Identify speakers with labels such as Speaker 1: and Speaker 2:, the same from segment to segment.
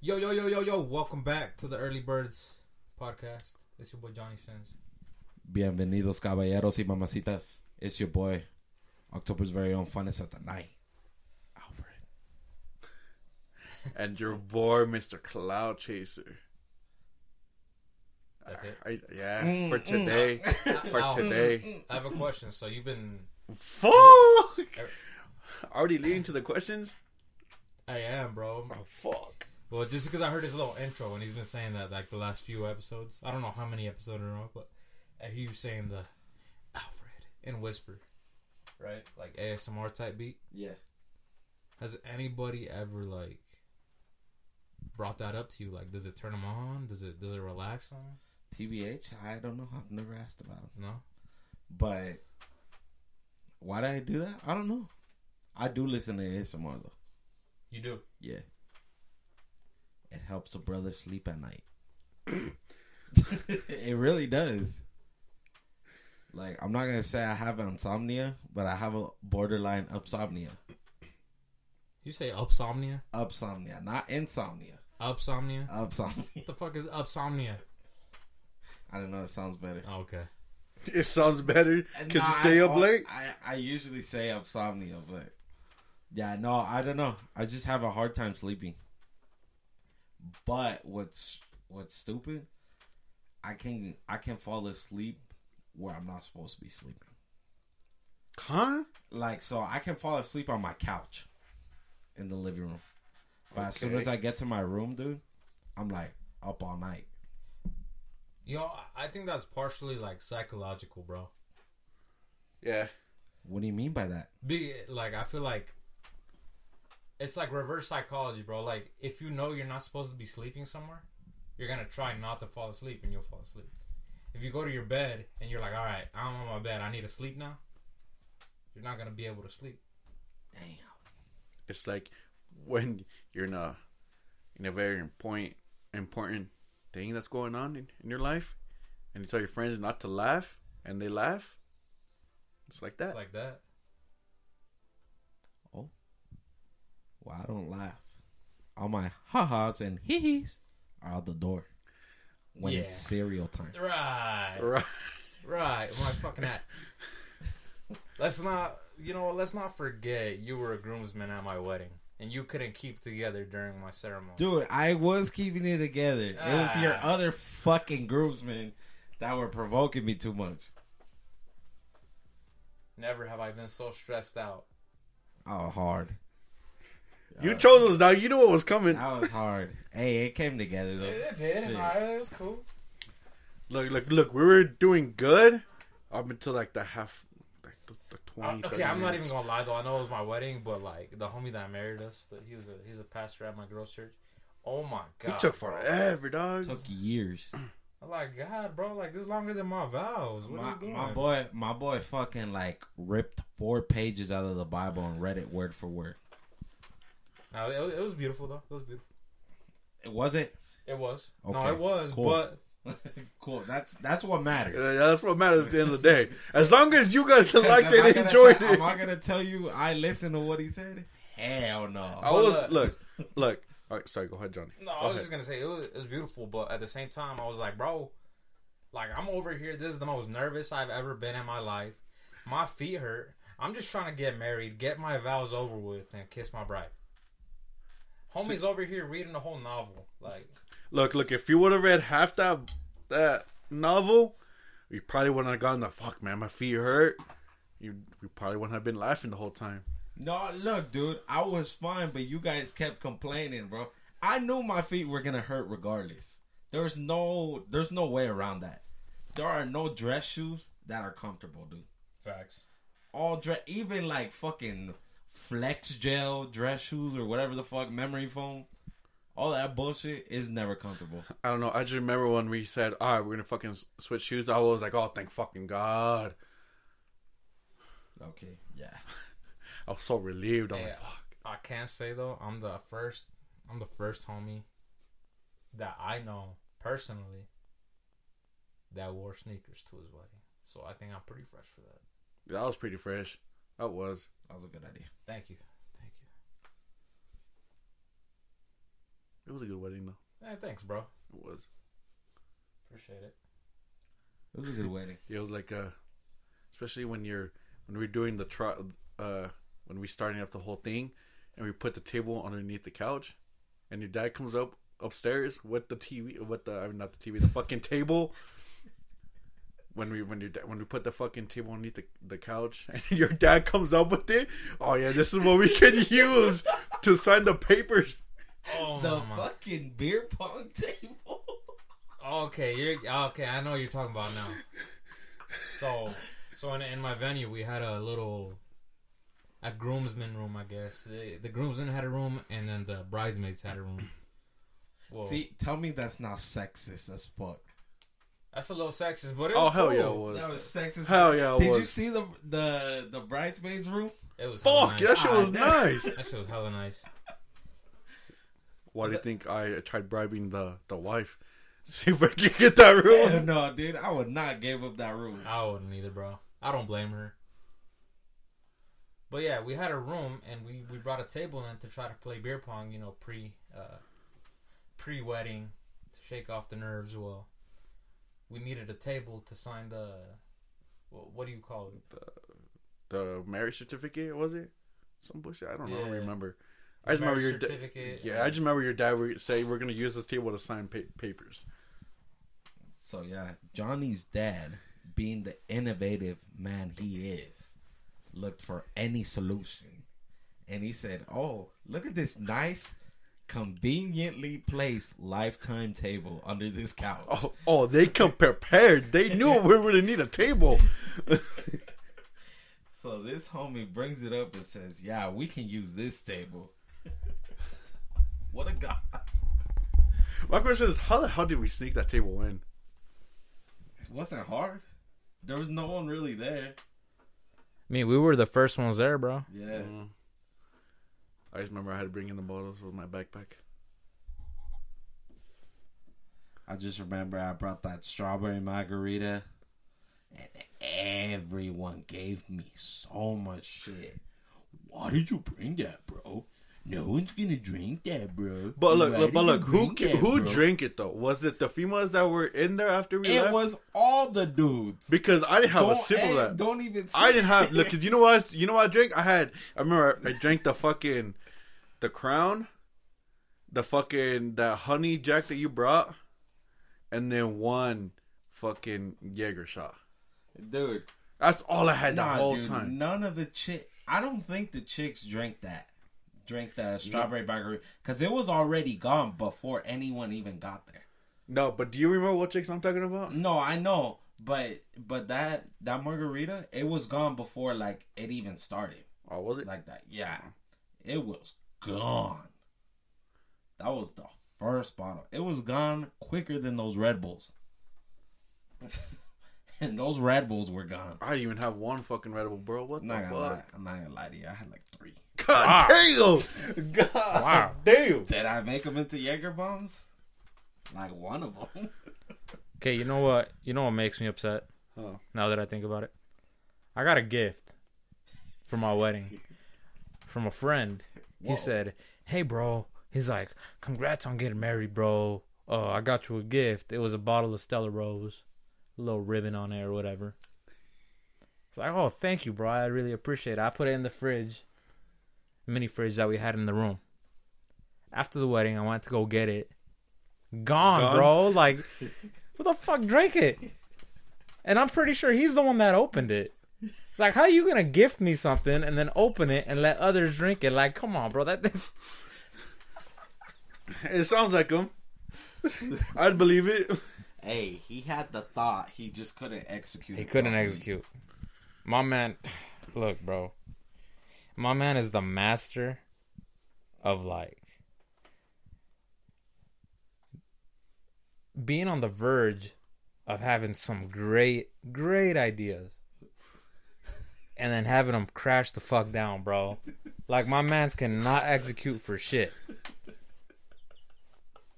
Speaker 1: Yo, yo, yo, yo, yo. Welcome back to the Early Birds podcast. It's your boy Johnny Sins.
Speaker 2: Bienvenidos, caballeros y mamacitas. It's your boy, October's very own funnest at the night, Alfred.
Speaker 3: and your boy, Mr. Cloud Chaser.
Speaker 1: That's it.
Speaker 3: I, yeah, for today. For
Speaker 1: Ow.
Speaker 3: today.
Speaker 1: I have a question. So you've been.
Speaker 3: Mm, Fuck! Already leading to the questions? Oh,
Speaker 1: I am, bro.
Speaker 3: Fuck.
Speaker 1: Well, just because I heard his little intro and he's been saying that like the last few episodes. I don't know how many episodes in a row, but I hear you saying the Alfred in whisper, right? Like ASMR type beat.
Speaker 2: Yeah.
Speaker 1: Has anybody ever like brought that up to you? Like, does it turn them on? Does it does it relax on? 'em?
Speaker 2: TBH, I don't know. I've never asked about him.
Speaker 1: No.
Speaker 2: But why did I do that? I don't know. I do listen to ASMR, though.
Speaker 1: You do.
Speaker 2: Yeah. It helps a brother sleep at night. it really does. Like, I'm not going to say I have insomnia, but I have a borderline upsomnia.
Speaker 1: You say upsomnia?
Speaker 2: Upsomnia, not insomnia.
Speaker 1: Upsomnia?
Speaker 2: Upsomnia.
Speaker 1: What the fuck is upsomnia?
Speaker 2: I don't know. It sounds better.
Speaker 1: Oh, okay.
Speaker 3: It sounds better because
Speaker 2: Nah,
Speaker 3: you stay
Speaker 2: I-
Speaker 3: up late.
Speaker 2: I, I usually say insomnia, but yeah, no, I don't know. I just have a hard time sleeping. But what's what's stupid? I can I can fall asleep where I'm not supposed to be sleeping.
Speaker 3: Huh?
Speaker 2: Like so, I can fall asleep on my couch in the living room. But as soon
Speaker 3: Okay.
Speaker 2: as I get to my room, dude, I'm like up all night.
Speaker 1: Yo, I- I think that's partially like psychological, bro.
Speaker 3: Yeah.
Speaker 2: What do you mean by that?
Speaker 1: Be like, I feel like it's like reverse psychology, bro. Like, if you know you're not supposed to be sleeping somewhere, you're gonna try not to fall asleep, and you'll fall asleep. If you go to your bed and you're like, "All right, I'm on my bed. I need to sleep now," you're not gonna be able to sleep.
Speaker 2: Damn.
Speaker 3: It's like when you're in a in a very important important thing that's going on in, in your life, and you tell your friends not to laugh, and they laugh. It's like that.
Speaker 1: It's like that.
Speaker 2: Well, I don't laugh. All my ha-has and hee-hees are out the door when it's
Speaker 1: Yeah.
Speaker 2: cereal time.
Speaker 1: Right.
Speaker 3: right.
Speaker 1: Right, my fucking hat. let's not, you know, what, let's not forget you were a groomsman at my wedding, and you couldn't keep together during my ceremony.
Speaker 2: Dude, I was keeping it together. It was your
Speaker 1: Ah.
Speaker 2: other fucking groomsmen that were provoking me too much.
Speaker 1: Never have I been so stressed out.
Speaker 2: Oh, hard.
Speaker 3: You chose us now. You knew what was coming.
Speaker 2: That was hard. hey, it came together though. Shit.
Speaker 1: it was cool.
Speaker 3: Look, look, look. We were doing good up until like the half, like the, the twenty.
Speaker 1: Uh, okay, I'm not even gonna lie though. I know it was my wedding, but like the homie that married us, that he was a he's a pastor at my girls' church. Oh my god,
Speaker 3: He took forever, dog.
Speaker 2: took years.
Speaker 1: I'm like God, bro, like this is longer than my vows. What
Speaker 2: My,
Speaker 1: are you doing?
Speaker 2: my boy, my boy, fucking like ripped four pages out of the Bible and read it word for word.
Speaker 1: No, it, it was beautiful though. It was beautiful.
Speaker 2: It was it.
Speaker 1: It was. No,
Speaker 2: Okay,
Speaker 1: it was,
Speaker 2: cool.
Speaker 1: but
Speaker 2: cool. That's that's what matters.
Speaker 3: Uh, that's what matters at the end of the day. As long as you guys liked
Speaker 2: Am I
Speaker 3: it,
Speaker 2: gonna
Speaker 3: enjoyed
Speaker 2: tell-
Speaker 3: it.
Speaker 2: Am I gonna tell you I listened to what he said? Hell
Speaker 3: I
Speaker 2: no.
Speaker 1: Well,
Speaker 3: was
Speaker 1: uh,
Speaker 3: look, look. All right, sorry. Go ahead, Johnny.
Speaker 1: No, I
Speaker 3: Go
Speaker 1: was
Speaker 3: ahead.
Speaker 1: just gonna say it was, it was beautiful, but at the same time, I was like, bro, like I'm over here. This is the most nervous I've ever been in my life. My feet hurt. I'm just trying to get married, get my vows over with, and kiss my bride. Homie's over here reading the whole novel. Like,
Speaker 3: Look, look. If you would have read half that that novel, you probably wouldn't have gotten the fuck, man. My feet hurt. You, you probably wouldn't have been laughing the whole time.
Speaker 2: No, look, dude, I was fine, but you guys kept complaining, bro. I knew my feet were gonna hurt regardless. There's no there's no way around that. There are no dress shoes that are comfortable, dude.
Speaker 1: facts.
Speaker 2: All dress even like fucking flex gel dress shoes or whatever the fuck memory foam. All that bullshit is never comfortable.
Speaker 3: I don't know. I just remember when we said, "All right, we're gonna fucking s- switch shoes." I was like, "Oh, thank fucking god!"
Speaker 2: Okay, yeah.
Speaker 3: I was so relieved. I'm
Speaker 1: Yeah.
Speaker 3: like, "Fuck."
Speaker 1: I can't say though. I'm the first. I'm the first homie that I know personally that wore sneakers to his wedding. So I think I'm pretty fresh for that.
Speaker 3: That was pretty fresh. That was.
Speaker 2: That was a good idea.
Speaker 1: Thank you. Thank you.
Speaker 3: It was a good wedding though.
Speaker 1: Eh, thanks, bro.
Speaker 3: It was.
Speaker 1: Appreciate it.
Speaker 2: It was a good wedding.
Speaker 3: It was like uh especially when you're when we're doing the tro- uh when we starting up the whole thing and we put the table underneath the couch and your dad comes up upstairs with the TV with the I mean not the TV the fucking table when we when your da- when we put the fucking table underneath the, the couch and your dad comes up with it oh yeah this is what we can use to sign the papers
Speaker 1: Oh
Speaker 2: The
Speaker 1: my.
Speaker 2: fucking beer pong table.
Speaker 1: Okay, you're okay. I know what you're talking about now. So, so in, in my venue, we had a little a groomsmen room, I guess. The, the groomsmen had a room, and then the bridesmaids had a room. Whoa.
Speaker 2: See, tell me that's not sexist as fuck.
Speaker 1: that's a little sexist, but it
Speaker 3: oh
Speaker 1: was
Speaker 3: hell yeah it
Speaker 1: cool.
Speaker 3: was,
Speaker 2: That was sexist.
Speaker 3: hell yeah it
Speaker 2: Did you
Speaker 3: was
Speaker 2: see the the the bridesmaids room?
Speaker 1: It was hella
Speaker 3: fuck
Speaker 1: nice.
Speaker 3: that shit was
Speaker 2: Ah, that-
Speaker 3: nice
Speaker 1: That shit was hella nice.
Speaker 3: Why do you think I tried bribing the, the wife? See if I can get that room.
Speaker 2: Hell no, dude, I would not give up that room.
Speaker 1: I wouldn't either, bro. I don't blame her. But yeah, we had a room and we, we brought a table in to try to play beer pong, you know, pre uh, pre wedding to shake off the nerves. Well, we needed a table to sign the what, what do you call it?
Speaker 3: The marriage certificate was it? Some bullshit. I don't know. I don't
Speaker 1: Yeah.
Speaker 3: remember. I just remember
Speaker 1: Marriage
Speaker 3: your dad.
Speaker 1: certificate. uh,
Speaker 3: Yeah, I just remember your dad would say we're gonna use this table to sign pa- papers.
Speaker 2: So yeah, Johnny's dad, being the innovative man he is, looked for any solution, and he said, "Oh, look at this nice, conveniently placed lifetime table under this couch."
Speaker 3: Oh, oh, they come prepared. They knew we were gonna need a table.
Speaker 2: So this homie brings it up and says, "Yeah, we can use this table." what a god!
Speaker 3: My question is, how the hell did we sneak that table in?
Speaker 2: It wasn't hard. There was no one really there.
Speaker 1: I mean, we were the first ones there, bro.
Speaker 2: Yeah.
Speaker 3: Mm. I just remember I had to bring in the bottles with my backpack.
Speaker 2: I just remember I brought that strawberry margarita, and everyone gave me so much shit. Why did you bring that, bro? No one's gonna drink that, bro.
Speaker 3: But look,
Speaker 2: Why
Speaker 3: look but
Speaker 2: did you
Speaker 3: look, who
Speaker 2: bring
Speaker 3: ca-
Speaker 2: that,
Speaker 3: who
Speaker 2: bro?"
Speaker 3: drank it though? Was it the females that were in there after we
Speaker 2: It
Speaker 3: left?
Speaker 2: was all the dudes.
Speaker 3: because I didn't have a
Speaker 2: Don't-
Speaker 3: sip
Speaker 2: hey,
Speaker 3: of that.
Speaker 2: Don't even.
Speaker 3: I
Speaker 2: say-
Speaker 3: didn't have look because you know what I- you know what I drank. I had I remember I, I drank the fucking the crown, the fucking that honey jack that you brought, and then one fucking Jaeger shot.
Speaker 2: dude.
Speaker 3: That's all I had the
Speaker 2: Nah,
Speaker 3: whole
Speaker 2: dude,
Speaker 3: time.
Speaker 2: None of the chick. I don't think the chicks drank that. Drink the strawberry margarita because it was already gone before anyone even got there.
Speaker 3: No, but do you remember what chicks I'm talking about?
Speaker 2: No, I know, but but that that margarita, it was gone before like it even started.
Speaker 3: Oh, was it?
Speaker 2: Like that, yeah, it was gone. That was the first bottle. It was gone quicker than those Red Bulls, and those Red Bulls were gone.
Speaker 3: I didn't even have one fucking Red Bull, bro. What
Speaker 2: I'm
Speaker 3: the
Speaker 2: not gonna lie.
Speaker 3: fuck?
Speaker 2: I'm not gonna lie to you. I had like three.
Speaker 3: God damn! God damn!
Speaker 2: Did I make them into Jaeger bombs? Like one of them.
Speaker 1: Okay, you know what? You know what makes me upset?
Speaker 3: Huh.
Speaker 1: Now that I think about it, I got a gift for my wedding from a friend. He said, "Hey, bro." He's like, "Congrats on getting married, bro. Uh, I got you a gift. It was a bottle of Stella Rose, a little ribbon on it or whatever." It's like, "Oh, thank you, bro. I really appreciate it. I put it in the fridge, mini fridge that we had in the room." After the wedding, I went to go get it. Gone.
Speaker 3: Gone?
Speaker 1: bro. Like, who the fuck drank it? And I'm pretty sure he's the one that opened it. It's like, how you gonna gift me something and then open it and let others drink it? Like, come on, bro. That, that
Speaker 3: It sounds like him. I'd believe it.
Speaker 2: Hey, he had the thought. He just couldn't execute.
Speaker 1: he
Speaker 2: it
Speaker 1: couldn't
Speaker 2: properly.
Speaker 1: execute. My man, look, bro. My man is the master of like being on the verge of having some great, great ideas, and then having them crash the fuck down, bro. Like my man's cannot execute for shit.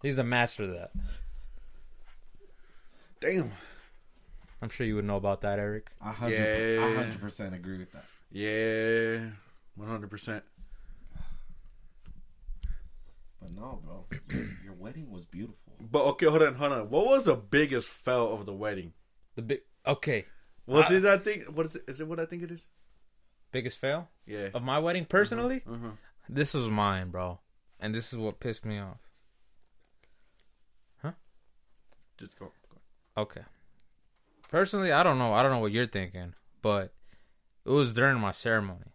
Speaker 1: He's the master of that.
Speaker 3: Damn.
Speaker 1: I'm sure you would know about that, Eric.
Speaker 2: I hundred. I
Speaker 3: Yeah.
Speaker 2: hundred percent agree with that.
Speaker 3: Yeah, one hundred percent.
Speaker 2: But But no, bro. Your, your wedding was beautiful.
Speaker 3: But okay, hold on, hold on. What was the biggest fail of the wedding?
Speaker 1: The big okay,
Speaker 3: Was
Speaker 1: Uh,
Speaker 3: it that thing? What is it? Is it what I think it is?
Speaker 1: biggest fail
Speaker 3: Yeah.
Speaker 1: of my wedding personally.
Speaker 3: Uh-huh.
Speaker 1: Mm-hmm. This was mine, bro, and this is what pissed me off.
Speaker 3: Just go. go.
Speaker 1: Okay. Personally, I don't know. I don't know what you're thinking, but it was during my ceremony.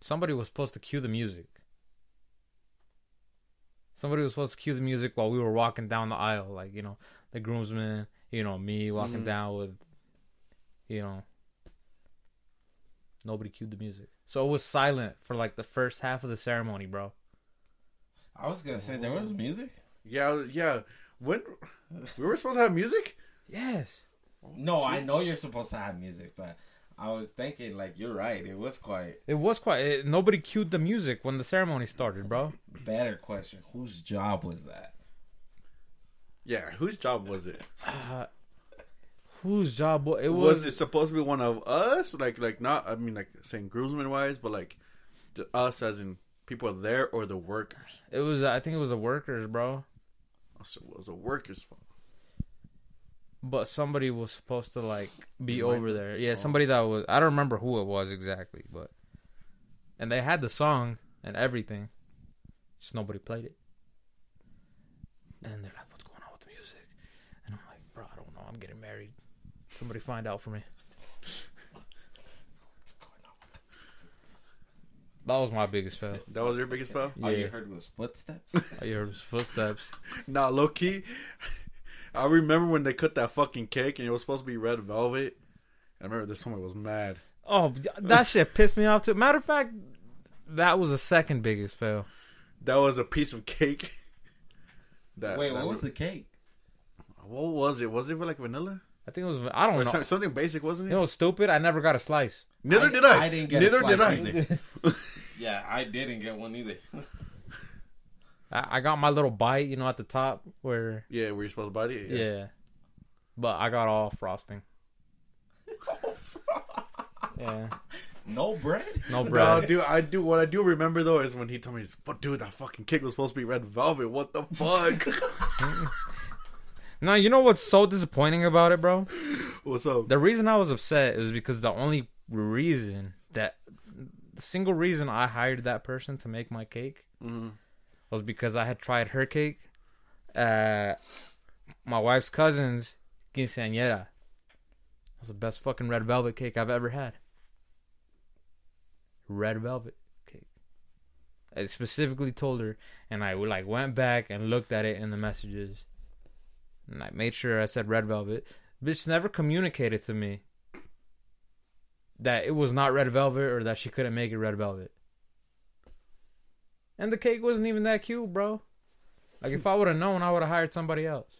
Speaker 1: Somebody was supposed to cue the music. Somebody was supposed to cue the music while we were walking down the aisle, like, you know, the groomsman, you know, me walking
Speaker 3: Mhm.
Speaker 1: down with you know nobody cued the music. So it was silent for like the first half of the ceremony, bro.
Speaker 2: I was gonna say there was music.
Speaker 3: Yeah, I was- yeah. When we were supposed to have music?
Speaker 1: Yes.
Speaker 2: No, I know you're supposed to have music, but I was thinking like you're right. It was quite
Speaker 1: It was quite it, nobody cued the music when the ceremony started, bro.
Speaker 2: better question. Whose job was that?
Speaker 3: Yeah. Whose job was it?
Speaker 1: Uh, whose job was it?
Speaker 3: was,
Speaker 1: Was,
Speaker 3: it supposed to be one of us? Like, like not. I mean, like saying groomsmen wise, but like the, us as in people there or the workers.
Speaker 1: it? was I think it was the workers, bro.
Speaker 3: Also, it was a workers' fault.
Speaker 1: But somebody was supposed to like be
Speaker 3: Remind
Speaker 1: over
Speaker 3: me. Oh.
Speaker 1: there. Yeah, somebody that was I don't remember who it was exactly, but and they had the song and everything. Just nobody played it. And they're like, "What's going on with the music?" And I'm like, "Bro, I don't know. I'm getting married. Somebody find out for me."
Speaker 2: What's going on?
Speaker 1: That was my biggest fail.
Speaker 3: That was your biggest fail.
Speaker 1: Yeah,
Speaker 2: All you heard was footsteps.
Speaker 1: I heard his footsteps.
Speaker 3: Nah, low key. I remember when they cut that fucking cake and it was supposed to be red velvet. I remember this homie was mad.
Speaker 1: Oh, that shit pissed me off too. Matter of fact, that was the second biggest fail.
Speaker 3: That was a piece of cake. that,
Speaker 2: Wait,
Speaker 3: that
Speaker 2: what was the cake?
Speaker 3: What was it? Was it like vanilla?
Speaker 1: I think it was. I
Speaker 3: Or
Speaker 1: don't know.
Speaker 3: some- something basic, wasn't it?
Speaker 1: You know, what's stupid. I never got a slice.
Speaker 3: Neither did I.
Speaker 2: I didn't get a
Speaker 3: Neither
Speaker 2: slice
Speaker 3: did I.
Speaker 2: either. Yeah, I didn't get one either.
Speaker 1: I, I got my little bite, you know, at the top where.
Speaker 3: yeah, were you supposed to bite it?
Speaker 1: Yeah. But I got all frosting. Yeah.
Speaker 2: no bread.
Speaker 1: No
Speaker 3: No,
Speaker 1: bread.
Speaker 3: dude, I do. What I do remember though is when he told me, he's, "But dude, that fucking cake was supposed to be red velvet. What the fuck?
Speaker 1: No, you know what's so disappointing about it, bro?
Speaker 3: What's up?"
Speaker 1: The reason I was upset is because the only reason that. The single reason I hired that person to make my cake
Speaker 3: Mhm.
Speaker 1: was because I had tried her cake at my wife's cousin's quinceañera. It was the best fucking red velvet cake I've ever had. Red velvet cake. I specifically told her, and I like went back and looked at it in the messages, and I made sure I said red velvet. Bitch never communicated to me that it was not red velvet or that she couldn't make it red velvet. And the cake wasn't even that cute, bro. Like if I would have known, I would have hired somebody else.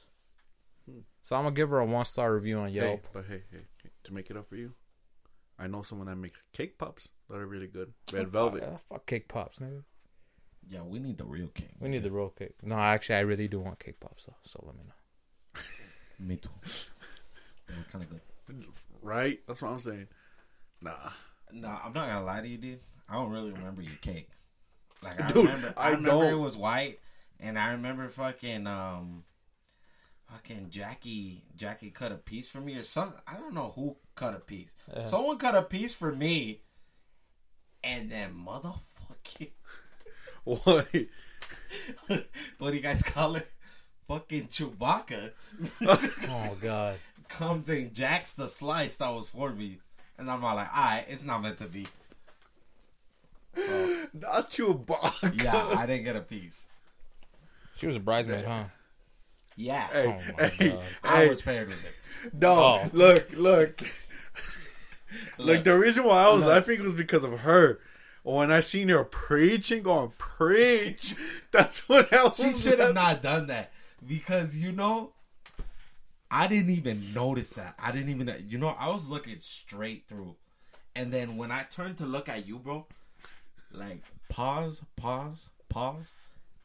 Speaker 1: So I'm gonna give her a one star review on
Speaker 3: Hmm. Hey,
Speaker 1: Yelp.
Speaker 3: but hey, hey, hey, to make it up for you, I know someone that makes cake pops that are really good. Red velvet.
Speaker 1: Uh, fuck cake pops, nigga.
Speaker 2: Yeah, we need the real king.
Speaker 1: We need the real cake. No, actually, I really do want cake pops though. So let me know.
Speaker 2: Me too. They were kind of good.
Speaker 3: Right? That's what I'm saying. Nah,
Speaker 2: No, I'm not gonna lie to you, dude. I don't really remember your cake. Like I
Speaker 3: Dude,
Speaker 2: remember, I,
Speaker 3: I
Speaker 2: remember
Speaker 3: don't.
Speaker 2: it was white, and I remember fucking um, fucking Jackie. Jackie cut a piece for me, or some. I don't know who cut a piece.
Speaker 1: Yeah.
Speaker 2: Someone cut a piece for me, and then motherfucking
Speaker 3: what?
Speaker 2: what do you guys call it? Fucking Chewbacca
Speaker 1: Oh god.
Speaker 2: comes and jacks the slice that was for me, and I'm all like, "Alright, it's not meant to be." So,
Speaker 3: Not you, box.
Speaker 2: yeah, I didn't get a piece.
Speaker 1: She was a bridesmaid, huh?
Speaker 2: Yeah.
Speaker 3: Hey,
Speaker 1: Oh my
Speaker 3: hey,
Speaker 1: God.
Speaker 2: I
Speaker 3: hey,
Speaker 2: was paired with it.
Speaker 3: no,
Speaker 1: Oh.
Speaker 3: look, look, like
Speaker 2: Look.
Speaker 3: the reason why I was laughing was because of her. When I seen her preaching, going preach, that's what I was.
Speaker 2: She should have
Speaker 3: laughing.
Speaker 2: not done that because you know, I didn't even notice that. I didn't even, you know, I was looking straight through, and then when I turned to look at you, bro, like pause, pause, pause.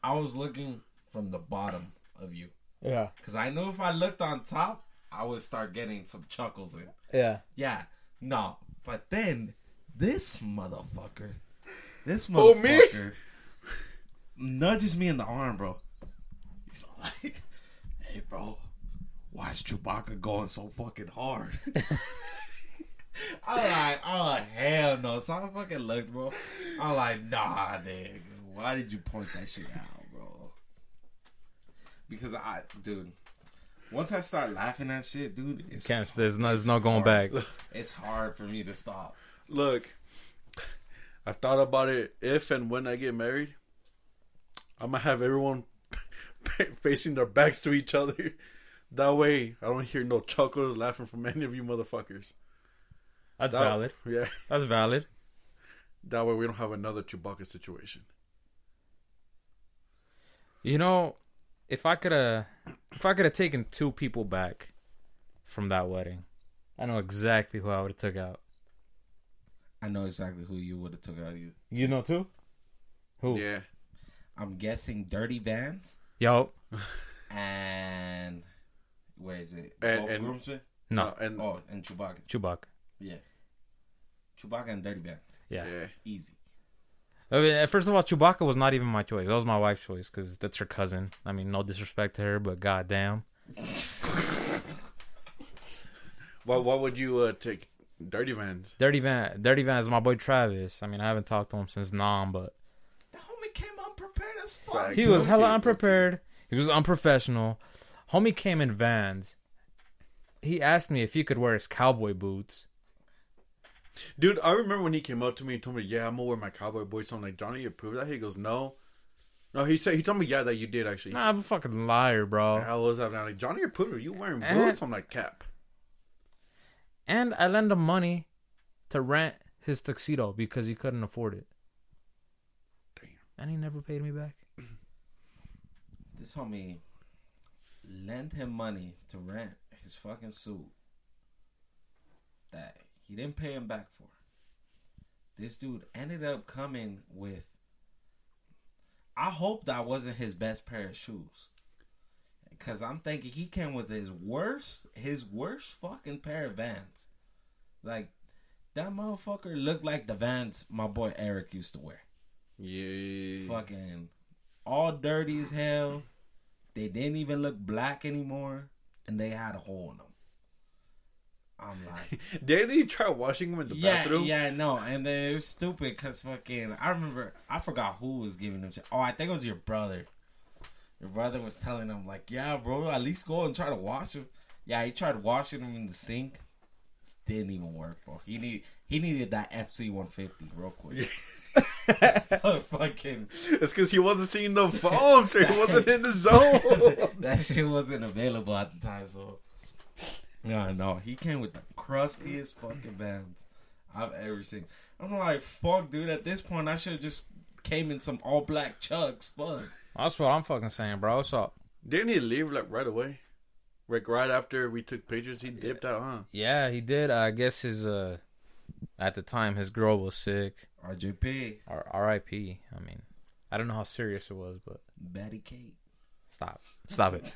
Speaker 2: I was looking from the bottom of you
Speaker 1: Yeah.
Speaker 2: because I knew if I looked on top, I would start getting some chuckles in.
Speaker 1: Yeah.
Speaker 2: Yeah, no, but then this motherfucker, this
Speaker 3: Oh, me?
Speaker 2: motherfucker nudges me in the arm, bro. He's like, "Hey, bro, why is Chewbacca going so fucking hard?" I'm like, "Oh hell no!" So I fucking looked, bro. I'm like, "Nah, nigga, why did you point that shit out, bro?" Because I, dude, once I start laughing at shit, dude, it's
Speaker 1: Can't. There's no. There's no going back.
Speaker 2: it's hard for me to stop.
Speaker 3: Look, I thought about it. If and when I get married, I'm gonna have everyone facing their backs to each other. That way, I don't hear no chuckles laughing from any of you motherfuckers.
Speaker 1: That's
Speaker 3: That-
Speaker 1: valid.
Speaker 3: Yeah.
Speaker 1: That's valid.
Speaker 3: That way, we don't have another Chewbacca situation.
Speaker 1: You know, if I could have, if I could have taken two people back from that wedding, I know exactly who I would have took out.
Speaker 2: I know exactly who you would have took out of you.
Speaker 1: You know too. Who?
Speaker 3: Yeah.
Speaker 2: I'm guessing Dirty Band
Speaker 1: Yo.
Speaker 2: and where is it?
Speaker 3: And-
Speaker 2: Both
Speaker 3: and-
Speaker 2: groomsmen?
Speaker 1: No.
Speaker 3: Uh, and
Speaker 2: oh, and Chewbacca.
Speaker 1: Chewbacca.
Speaker 2: Yeah, Chewbacca and Dirty Band.
Speaker 1: Yeah.
Speaker 3: yeah.
Speaker 2: Easy.
Speaker 1: I mean, first of all, Chewbacca was not even my choice. That was my wife's choice because that's her cousin. I mean, no disrespect to her, but goddamn.
Speaker 3: Why? Why would you uh, take dirty vans?
Speaker 1: Dirty Van, Dirty Van is my boy Travis. I mean, I haven't talked to him since Nom, but
Speaker 2: The homie came unprepared as fuck.
Speaker 1: he was hella unprepared. He was unprofessional. Homie came in Vans. He asked me if he could wear his cowboy boots.
Speaker 3: Dude, I remember when he came up to me and told me, "Yeah, I'm gonna wear my cowboy boots." I'm like, "Johnny, you approve that?" He goes, "No." No, he said he told me, "Yeah, that you did actually."
Speaker 1: Nah, I'm a fucking liar, bro.
Speaker 3: How was that? And I'm like, Johnny, you're putting, you wearing
Speaker 1: Eh.
Speaker 3: boots? I'm like, cap.
Speaker 1: And I lent him money to rent his tuxedo because he couldn't afford it.
Speaker 3: Damn.
Speaker 1: And he never paid me back.
Speaker 2: This homie lent him money to rent his fucking suit that he didn't pay him back for. This dude ended up coming with. I hope that wasn't his best pair of shoes. Cause I'm thinking he came with his worst, his worst fucking pair of Vans. Like that motherfucker looked like the Vans my boy Eric used to wear
Speaker 3: Yeah.
Speaker 2: fucking all dirty as hell. They didn't even look black anymore, and they had a hole in them. I'm like,
Speaker 3: Didn't he try washing them in the
Speaker 2: yeah,
Speaker 3: bathroom?
Speaker 2: yeah, no, and then it was stupid because fucking, I remember, I forgot who was giving them. Shit. Oh, I think it was your brother. Your brother was telling him like, yeah, bro, at least go and try to wash them. Yeah, he tried washing them in the sink. Didn't even work, bro. He need he needed that FC 150 real quick. fucking
Speaker 3: It's because he wasn't seeing the phone, so he wasn't in the zone.
Speaker 2: that shit wasn't available at the time, so. No, no, he came with the crustiest fucking bands I've ever seen. I'm like, fuck, dude. At this point, I should have just came in some all black chucks. Fuck.
Speaker 1: That's what I'm fucking saying, bro. So
Speaker 3: Didn't he leave like right away? Like right after we took pictures, he dipped out, huh?
Speaker 1: yeah, he did. I guess his uh, at the time his girl was sick.
Speaker 2: RJP,
Speaker 1: Or R.I.P. I mean, I don't know how serious it was, but
Speaker 2: Betty Kate.
Speaker 1: stop, stop it.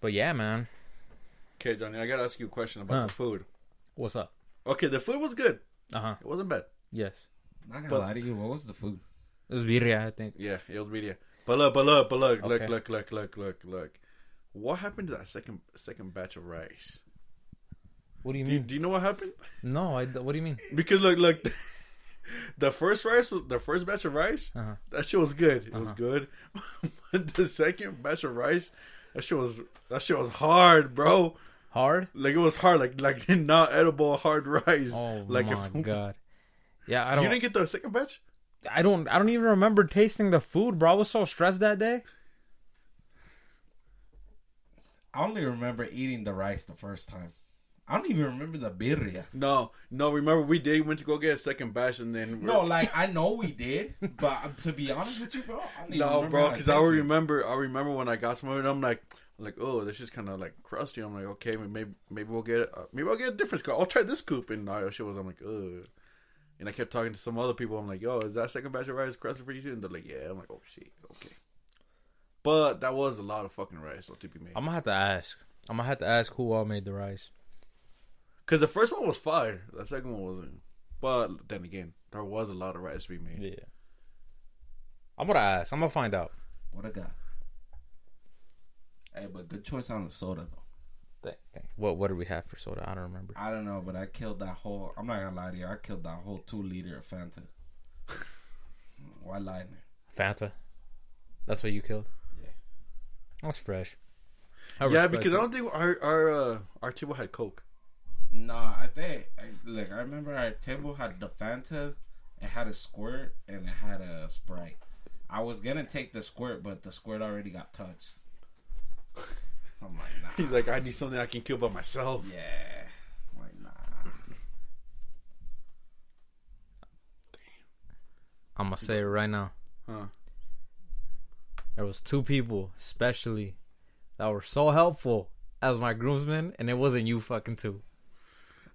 Speaker 1: but yeah, man,
Speaker 3: Okay, Johnny, I gotta ask you a question about
Speaker 1: Huh.
Speaker 3: the food.
Speaker 1: what's up?
Speaker 3: Okay, the food was good.
Speaker 1: Uh huh.
Speaker 3: It wasn't bad.
Speaker 1: Yes,
Speaker 2: Not gonna
Speaker 3: But-
Speaker 2: lie to you, what was the food?
Speaker 1: it was birria, I think.
Speaker 3: Yeah, it was media. But look, but look, but look,
Speaker 1: Okay.
Speaker 3: look, look, look, look, look, look. What happened to that second second batch of rice?
Speaker 1: What do you
Speaker 3: Do you,
Speaker 1: mean?
Speaker 3: do you know what happened?
Speaker 1: No, I, what do you mean?
Speaker 3: Because look, look, the first rice was the first batch of rice.
Speaker 1: Uh-huh.
Speaker 3: That shit was good. It was good. but the second batch of rice, that shit was that shit was hard, bro.
Speaker 1: Hard.
Speaker 3: Like it was hard, like like not edible hard rice.
Speaker 1: Oh
Speaker 3: like
Speaker 1: my
Speaker 3: if-
Speaker 1: god. Yeah, I
Speaker 3: you
Speaker 1: don't.
Speaker 3: didn't get the second batch.
Speaker 1: I don't. I don't even remember tasting the food, bro. I was so stressed that day.
Speaker 2: I only remember eating the rice the first time. I don't even remember the birria.
Speaker 3: No, no. Remember, we did went to go get a second batch, and then
Speaker 2: No, like I know we did, but um, to be honest with you, bro, I don't even
Speaker 3: No,
Speaker 2: remember
Speaker 3: bro,
Speaker 2: how it
Speaker 3: because I
Speaker 2: tasted.
Speaker 3: remember, I remember when I got some of it. I'm like, like, oh, this is kind of like crusty. I'm like, okay, maybe, maybe we'll get, uh, maybe I'll get a different scoop. I'll try this scoop, and all that shit was. I'm like, ugh. And I kept talking to some other people. I'm like, yo, is that second batch of rice crusty for you too? And they're like, yeah. I'm like, oh shit, okay. But that was a lot of fucking rice though, to be made.
Speaker 1: I'm gonna have to ask. I'm gonna have to ask who all made the rice.
Speaker 3: Because the first one was fire. The second one wasn't. But then again, there was a lot of rice to be made.
Speaker 1: Yeah. I'm gonna ask. I'm gonna find out.
Speaker 2: What a guy. Hey, but good choice on the soda though.
Speaker 1: What What did we have for soda? I don't remember.
Speaker 2: I don't know, but I killed that whole. I'm not gonna lie to you. I killed that whole two liter of Fanta. Why lie? man?
Speaker 1: Fanta. That's what you killed.
Speaker 2: Yeah.
Speaker 1: That's fresh.
Speaker 3: yeah, because I don't think our our uh, our table had Coke.
Speaker 2: Nah, I think I, like I remember our table had the Fanta, it had a squirt and it had a Sprite. I was gonna take the squirt, but the squirt already got touched. So I'm like, nah.
Speaker 3: He's like, I need something I can kill by myself.
Speaker 2: yeah. I'm like, nah.
Speaker 1: I'm gonna say it right now.
Speaker 3: Huh.
Speaker 1: There was two people, especially, that were so helpful as my groomsmen, and it wasn't you fucking two.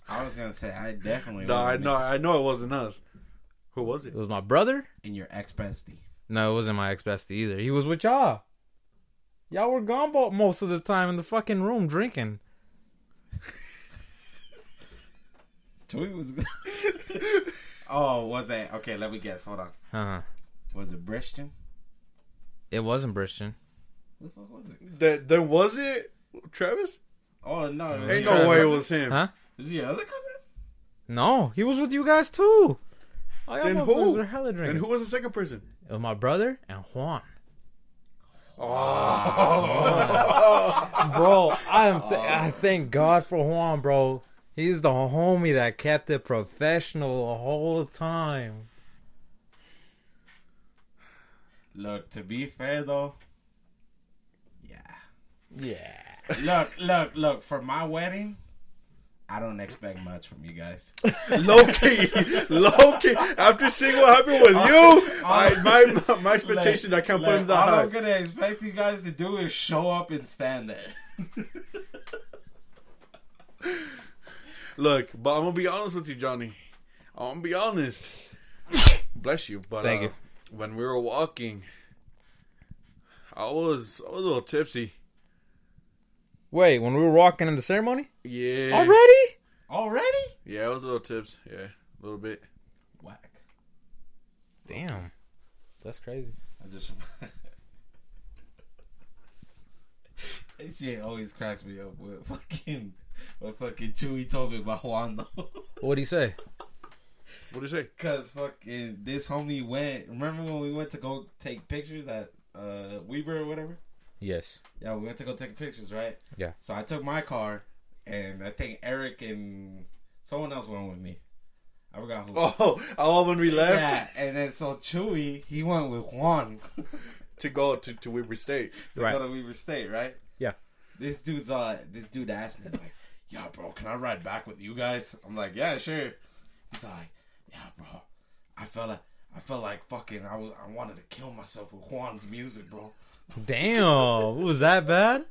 Speaker 2: I was gonna say I definitely.
Speaker 3: No, I
Speaker 2: wasn't
Speaker 3: know, I know it wasn't us. Who was it?
Speaker 1: It was my brother.
Speaker 2: In your ex bestie.
Speaker 1: No, it wasn't my ex bestie either. He was with y'all. Y'all were gone bo- most of the time in the fucking room drinking.
Speaker 2: Chewy was. oh, was that okay? Let me guess. Hold on.
Speaker 1: Uh-huh.
Speaker 2: Was it Brishton?
Speaker 1: It wasn't Christian.
Speaker 2: Who the fuck was it?
Speaker 3: That there was it, Travis.
Speaker 2: Oh no! it was
Speaker 3: Ain't
Speaker 2: your
Speaker 3: no way it
Speaker 2: other-
Speaker 3: was him.
Speaker 1: Huh?
Speaker 2: Was it your other cousin?
Speaker 1: No, he was with you guys too. All y'all
Speaker 3: Then
Speaker 1: motherfuckers
Speaker 3: who?
Speaker 1: were hella
Speaker 3: And
Speaker 1: drinking.
Speaker 3: who was the second person?
Speaker 1: It was my brother and Juan. Oh. bro, I am. Th- I thank God for Juan, bro. He's the homie that kept it professional the whole time.
Speaker 2: Look, to be fair though, yeah.
Speaker 1: Yeah.
Speaker 2: Look, look, look. For my wedding, I don't expect much from you guys.
Speaker 3: Loki, Loki. After seeing what happened with you, I, my my expectations, I can't put
Speaker 2: Like,
Speaker 3: him that
Speaker 2: all
Speaker 3: high.
Speaker 2: I'm gonna expect you guys to do is show up and stand there.
Speaker 3: Look, but I'm gonna be honest with you, Johnny. I'm gonna be honest. Bless you, but
Speaker 1: Thank
Speaker 3: uh,
Speaker 1: you.
Speaker 3: When we were walking, I was I was a little tipsy.
Speaker 1: Wait, when we were walking in the ceremony
Speaker 3: Yeah,
Speaker 1: already?
Speaker 2: Already?
Speaker 3: yeah, I was a little tipsy. Yeah, a little bit.
Speaker 2: Whack.
Speaker 1: Damn, that's crazy.
Speaker 2: I just. This shit always cracks me up with fucking what fucking Chewy told me about Juan though.
Speaker 1: What do you say?
Speaker 3: What did you say?
Speaker 2: Cause fucking this homie went remember when we went to go take pictures at uh Weber or whatever?
Speaker 1: Yes.
Speaker 2: Yeah, we went to go take pictures, right?
Speaker 1: Yeah.
Speaker 2: So I took my car and I think Eric and someone else went with me. I forgot who.
Speaker 3: Oh, oh, when we left
Speaker 2: Yeah, and then so Chewy, he went with Juan.
Speaker 3: to go to to Weber State.
Speaker 2: to
Speaker 1: Right.
Speaker 2: go to Weaver State, right?
Speaker 1: Yeah.
Speaker 2: This dude's uh this dude asked me like, Yeah bro, can I ride back with you guys? I'm like, Yeah, sure. He's like, Yeah bro. I felt like I felt like fucking I was I wanted to kill myself with Juan's music, bro.
Speaker 1: Damn, was that bad?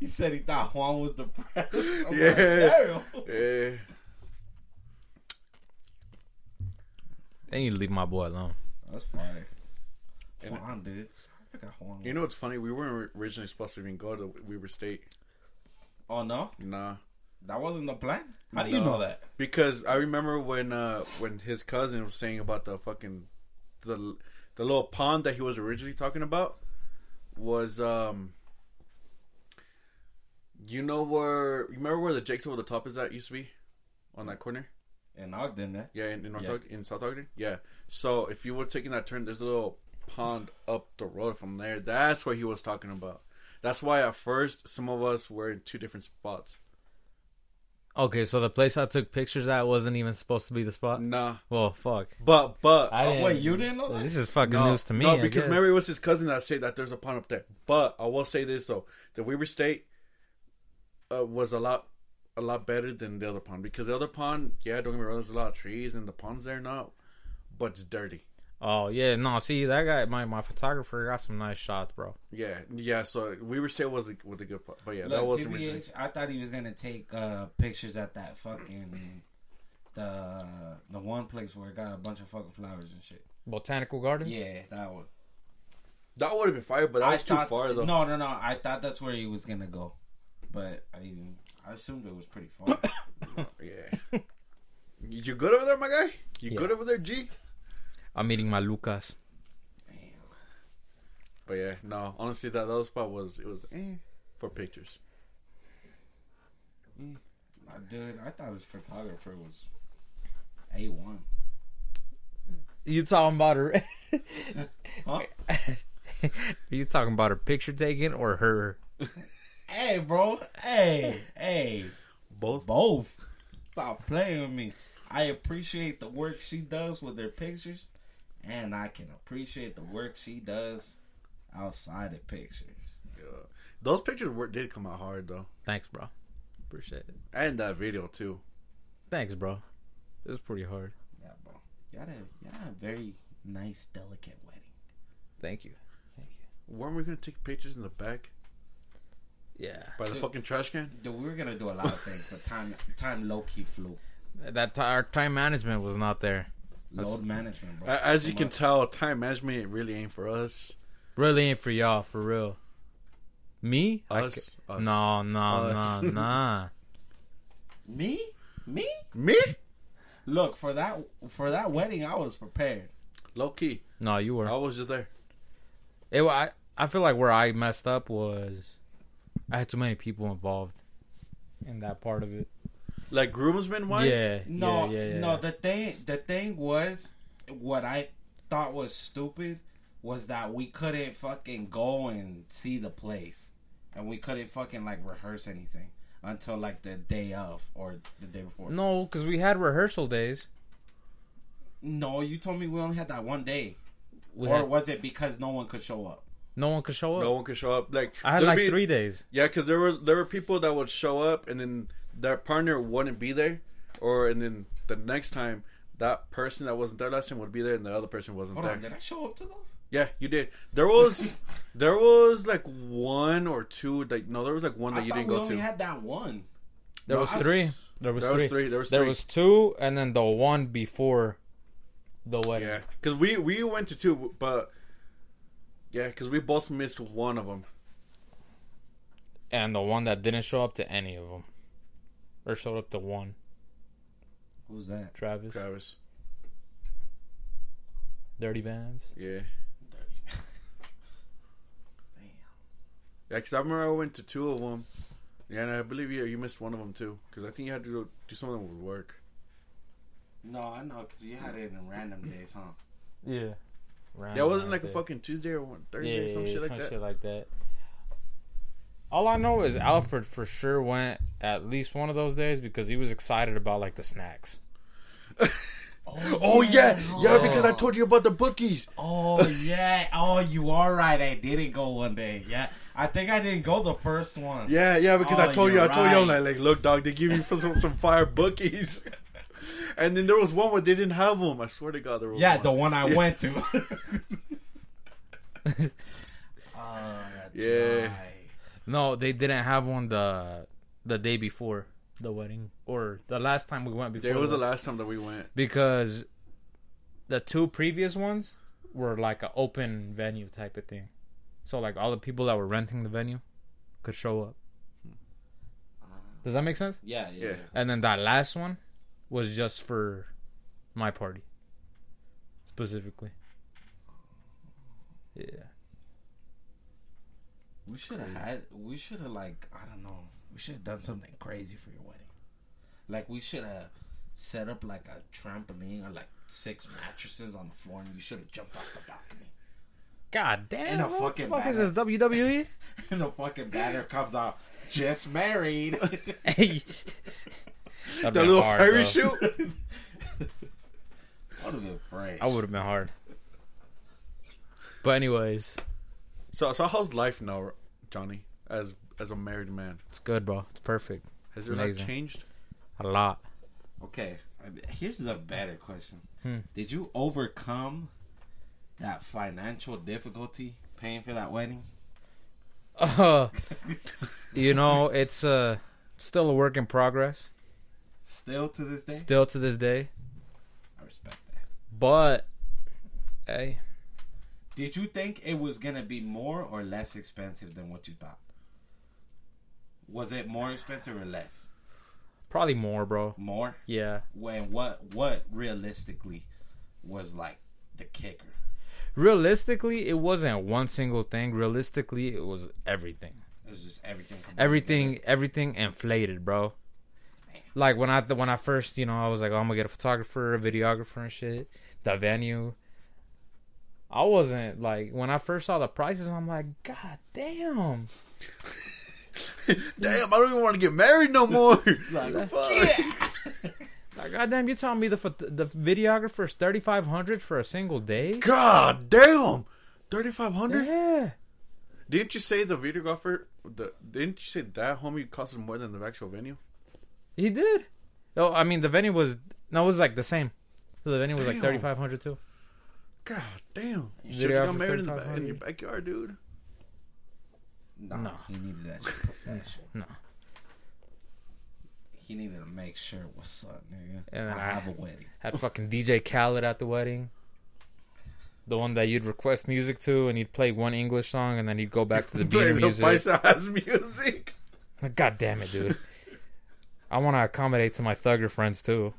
Speaker 2: He said he thought Juan was depressed. I'm
Speaker 3: Yeah.
Speaker 2: like, Damn.
Speaker 3: Yeah.
Speaker 1: They need to leave my boy alone.
Speaker 2: That's fine. Juan, dude. I got Juan.
Speaker 3: You know what's funny? We weren't originally supposed to even go to Weber State.
Speaker 2: oh no?
Speaker 3: Nah.
Speaker 2: That wasn't the plan? How do you
Speaker 3: No.
Speaker 2: know that?
Speaker 3: Because I remember when uh when his cousin was saying about the fucking the the little pond that he was originally talking about was um you know where you remember where the Jake's over the top is that used to be on that corner
Speaker 2: In Ogden, eh?
Speaker 3: yeah in in, North
Speaker 2: Yeah.
Speaker 3: Ogden- in South Ogden yeah so if you were taking that turn there's a little pond up the road from there that's what he was talking about that's why at first some of us were in two different spots
Speaker 1: Okay, so the place I took pictures at wasn't even supposed to be the spot.
Speaker 3: nah
Speaker 1: Well, fuck.
Speaker 3: but but
Speaker 1: I
Speaker 2: Oh, wait, you didn't know that?
Speaker 1: This is fucking news to me.
Speaker 3: No,
Speaker 1: I
Speaker 3: because
Speaker 1: guess.
Speaker 3: Mary was his cousin that said that there's a pond up there. But I will say this though: the Weber State uh, was a lot, a lot better than the other pond because the other pond, yeah, don't get me wrong, there's a lot of trees and the ponds there now, but it's dirty.
Speaker 1: Oh yeah, no. See that guy, my my photographer got some nice shots, bro.
Speaker 3: Yeah, yeah. So Weber State was the, was the good part, but yeah, that
Speaker 2: Look,
Speaker 3: was originally.
Speaker 2: TBH, I thought he was gonna take uh, pictures at that fucking the the one place where it got a bunch of fucking flowers and shit.
Speaker 1: Botanical garden.
Speaker 2: Yeah, that one.
Speaker 3: That would have been fire, but that was
Speaker 2: I
Speaker 3: too
Speaker 2: thought-
Speaker 3: far though.
Speaker 2: No, no, no. I thought that's where he was gonna go, but I didn't- I assumed it was pretty far.
Speaker 3: Yeah. You good over there, my guy? You
Speaker 1: Yeah.
Speaker 3: good over there, G?
Speaker 1: I'm eating my Lucas.
Speaker 3: But yeah, no. Honestly, that other spot was it was eh, for pictures.
Speaker 2: Nah, dude, I thought his photographer was a one.
Speaker 1: You talking about her?
Speaker 2: Huh?
Speaker 1: Are you talking about her picture taken or her?
Speaker 2: Hey, bro. Hey, hey.
Speaker 3: Both.
Speaker 2: Both. Stop playing with me. I appreciate the work she does with her pictures, and I can appreciate the work she does outside of pictures.
Speaker 3: Yeah. Those pictures were did come out hard though,
Speaker 1: Thanks, bro. Appreciate it.
Speaker 3: and that video too.
Speaker 1: Thanks, bro. It was pretty hard.
Speaker 2: Yeah, bro. Y'all had, y'all had a very nice, delicate wedding.
Speaker 1: Thank you. Thank you.
Speaker 3: Weren't we gonna take pictures in the back
Speaker 1: Yeah.
Speaker 3: by the
Speaker 2: Dude.
Speaker 3: fucking trash can?
Speaker 2: Dude, we were gonna do a lot of things, but time time low key flew.
Speaker 1: That ti- our time management was not there.
Speaker 2: Load management, bro.
Speaker 3: A- As
Speaker 2: Come
Speaker 3: you can
Speaker 2: on.
Speaker 3: tell, time management really ain't for us.
Speaker 1: Really ain't for y'all, for real. Me? I
Speaker 3: Us,
Speaker 1: ca-
Speaker 3: us.
Speaker 1: No, no,
Speaker 3: Us.
Speaker 1: no, nah.
Speaker 2: me, me.
Speaker 3: Me?
Speaker 2: Look for that for that wedding. I was prepared.
Speaker 3: Low key.
Speaker 1: No, you were.
Speaker 3: I was just there.
Speaker 1: It, wa- I, I feel like where I messed up was I had too many people involved in that part of it.
Speaker 3: Like groomsmen wise?
Speaker 1: Yeah. yeah,
Speaker 2: No,
Speaker 1: yeah, yeah.
Speaker 2: no. The thing, the thing was, what I thought was stupid was that we couldn't fucking go and see the place, and we couldn't fucking like rehearse anything until like the day of or the day before. No,
Speaker 1: No, because we had rehearsal days.
Speaker 2: you told me we only had that one day,
Speaker 1: We
Speaker 2: or
Speaker 1: had,
Speaker 2: was it because no one could show up?
Speaker 1: no one could show up.
Speaker 3: No one could show up. Like
Speaker 1: I had
Speaker 3: there'd
Speaker 1: like
Speaker 3: be-
Speaker 1: three days.
Speaker 3: Yeah, because there were there were people that would show up and then their partner wouldn't be there, or and then the next time that person that wasn't there last time would be there and the other person wasn't
Speaker 2: Hold
Speaker 3: there.
Speaker 2: on, did I show up to those?
Speaker 3: Yeah, you did. There was there was like one or two that no, there was like one that
Speaker 2: I
Speaker 3: you
Speaker 2: thought
Speaker 3: didn't
Speaker 2: we
Speaker 3: go
Speaker 2: only
Speaker 3: to.
Speaker 2: had that one.
Speaker 1: There
Speaker 3: No,
Speaker 1: was
Speaker 3: I-
Speaker 1: three. There was
Speaker 3: there
Speaker 1: three.
Speaker 3: was three. There was
Speaker 1: There
Speaker 3: three.
Speaker 1: was two, and then the one before the wedding.
Speaker 3: Yeah, because we we went to two, but yeah, because we both missed one of them.
Speaker 1: And the one that didn't show up to any of them. Or showed up to one,
Speaker 2: Who's that?
Speaker 1: Travis.
Speaker 3: Travis.
Speaker 1: Dirty Vans.
Speaker 3: Yeah,
Speaker 2: Damn.
Speaker 3: yeah. Because I remember I went to two of them. Yeah, and I believe yeah, you missed one of them too. Because I think you had to go do something with work.
Speaker 2: No, I know because you had it in random days, huh?
Speaker 1: Yeah.
Speaker 3: Yeah, it wasn't like a fucking Tuesday or one, Thursday or some shit like that.
Speaker 1: shit like that. All I know is Alfred for sure went at least one of those days because he was excited about like the snacks.
Speaker 3: Oh yeah, yeah,
Speaker 2: no.
Speaker 3: because
Speaker 1: Oh.
Speaker 3: I told you about the bookies.
Speaker 2: Oh yeah. Oh, you are right. I didn't go one day. Yeah, I think I didn't go the first one.
Speaker 3: Yeah, yeah, because I
Speaker 2: Oh,
Speaker 3: told you,
Speaker 2: you're
Speaker 3: I told you, I'm
Speaker 2: right.
Speaker 3: like, like, look, dog, they give you for some, some fire bookies, and then there was one where they didn't have them. I swear to God, there was
Speaker 2: Yeah,
Speaker 3: one.
Speaker 2: the one I
Speaker 3: Yeah.
Speaker 2: went to. oh, that's
Speaker 3: Yeah.
Speaker 2: right.
Speaker 1: No, they didn't have one the the day before the wedding or the last time we went before.
Speaker 3: There was
Speaker 1: the
Speaker 3: the last time that we went.
Speaker 1: because the two previous ones were like an open venue type of thing. So like all the people that were renting the venue could show up.
Speaker 3: Hmm.
Speaker 1: Does that make sense?
Speaker 2: Yeah, yeah.
Speaker 3: Yeah.
Speaker 2: yeah.
Speaker 1: And then that last one was just for my party specifically. Yeah.
Speaker 2: We should have had. We should have like I don't know. We should have done something crazy for your wedding. Like we should have set up like a trampoline or like six mattresses on the floor, and you should have jumped off the balcony.
Speaker 1: God damn!
Speaker 2: In a
Speaker 1: what
Speaker 2: fucking
Speaker 1: the fuck is
Speaker 2: bag.
Speaker 1: this WWE?
Speaker 2: and the fucking banner comes out. Just married.
Speaker 1: hey. That'd
Speaker 3: The
Speaker 1: been
Speaker 3: little
Speaker 1: hard, bro.
Speaker 3: parachute.
Speaker 2: What a good phrase.
Speaker 1: I would have been hard. But anyways,
Speaker 3: so, so how's life now, Johnny? As as a married man,
Speaker 1: it's good, bro. It's perfect.
Speaker 3: has your
Speaker 1: Amazing.
Speaker 3: life changed?
Speaker 1: A lot.
Speaker 2: Okay, I- here's the better question.
Speaker 1: Hmm.
Speaker 2: Did you overcome that financial difficulty paying for that wedding?
Speaker 1: Uh, you know, it's uh, still a work in progress,
Speaker 2: Still to this day?
Speaker 1: still to this day.
Speaker 2: I respect that.
Speaker 1: But hey,
Speaker 2: Did you think it was going to be more or less expensive than what you thought? Was it more expensive or less?
Speaker 1: probably more, bro.
Speaker 2: More?
Speaker 1: Yeah.
Speaker 2: When what what realistically was like the kicker?
Speaker 1: realistically, it wasn't one single thing. Realistically, it was everything.
Speaker 2: It was just everything. combined
Speaker 1: everything everything inflated, bro. Like when I when I first, you know, I was like, oh, I'm gonna get a photographer, a videographer, and shit. The venue. I wasn't like when I first saw the prices, I'm like, God damn!
Speaker 3: Damn, I don't even want to get married no more.
Speaker 2: Like,
Speaker 3: Fuck.
Speaker 1: Like, God damn, you're telling me the phot- the videographer is thirty five hundred for a single day?
Speaker 3: God damn. 3500
Speaker 1: Yeah,
Speaker 3: Didn't you say the videographer the didn't you say that homie costed more than the actual venue?
Speaker 1: he did. Oh, I mean, the venue was no, it was like the same. The venue was like
Speaker 3: Damn.
Speaker 1: thirty five hundred too.
Speaker 3: God damn. You
Speaker 1: Video
Speaker 3: should have got
Speaker 1: for
Speaker 3: married in, the, ba-
Speaker 1: 3500.
Speaker 3: in your backyard, dude.
Speaker 2: Nah,
Speaker 1: No.
Speaker 2: he needed that shit. That shit.
Speaker 1: No.
Speaker 2: He needed to make sure what's up, nigga.
Speaker 1: And
Speaker 2: I
Speaker 1: I-
Speaker 2: have a wedding.
Speaker 1: Had fucking DJ Khaled at the wedding. The one that you'd request music to, and he'd play one English song, and then he'd go back to the beat of
Speaker 3: Playing the
Speaker 1: music.
Speaker 3: paisa has music.
Speaker 1: Like, God damn it, dude. I want to accommodate to my thugger friends too.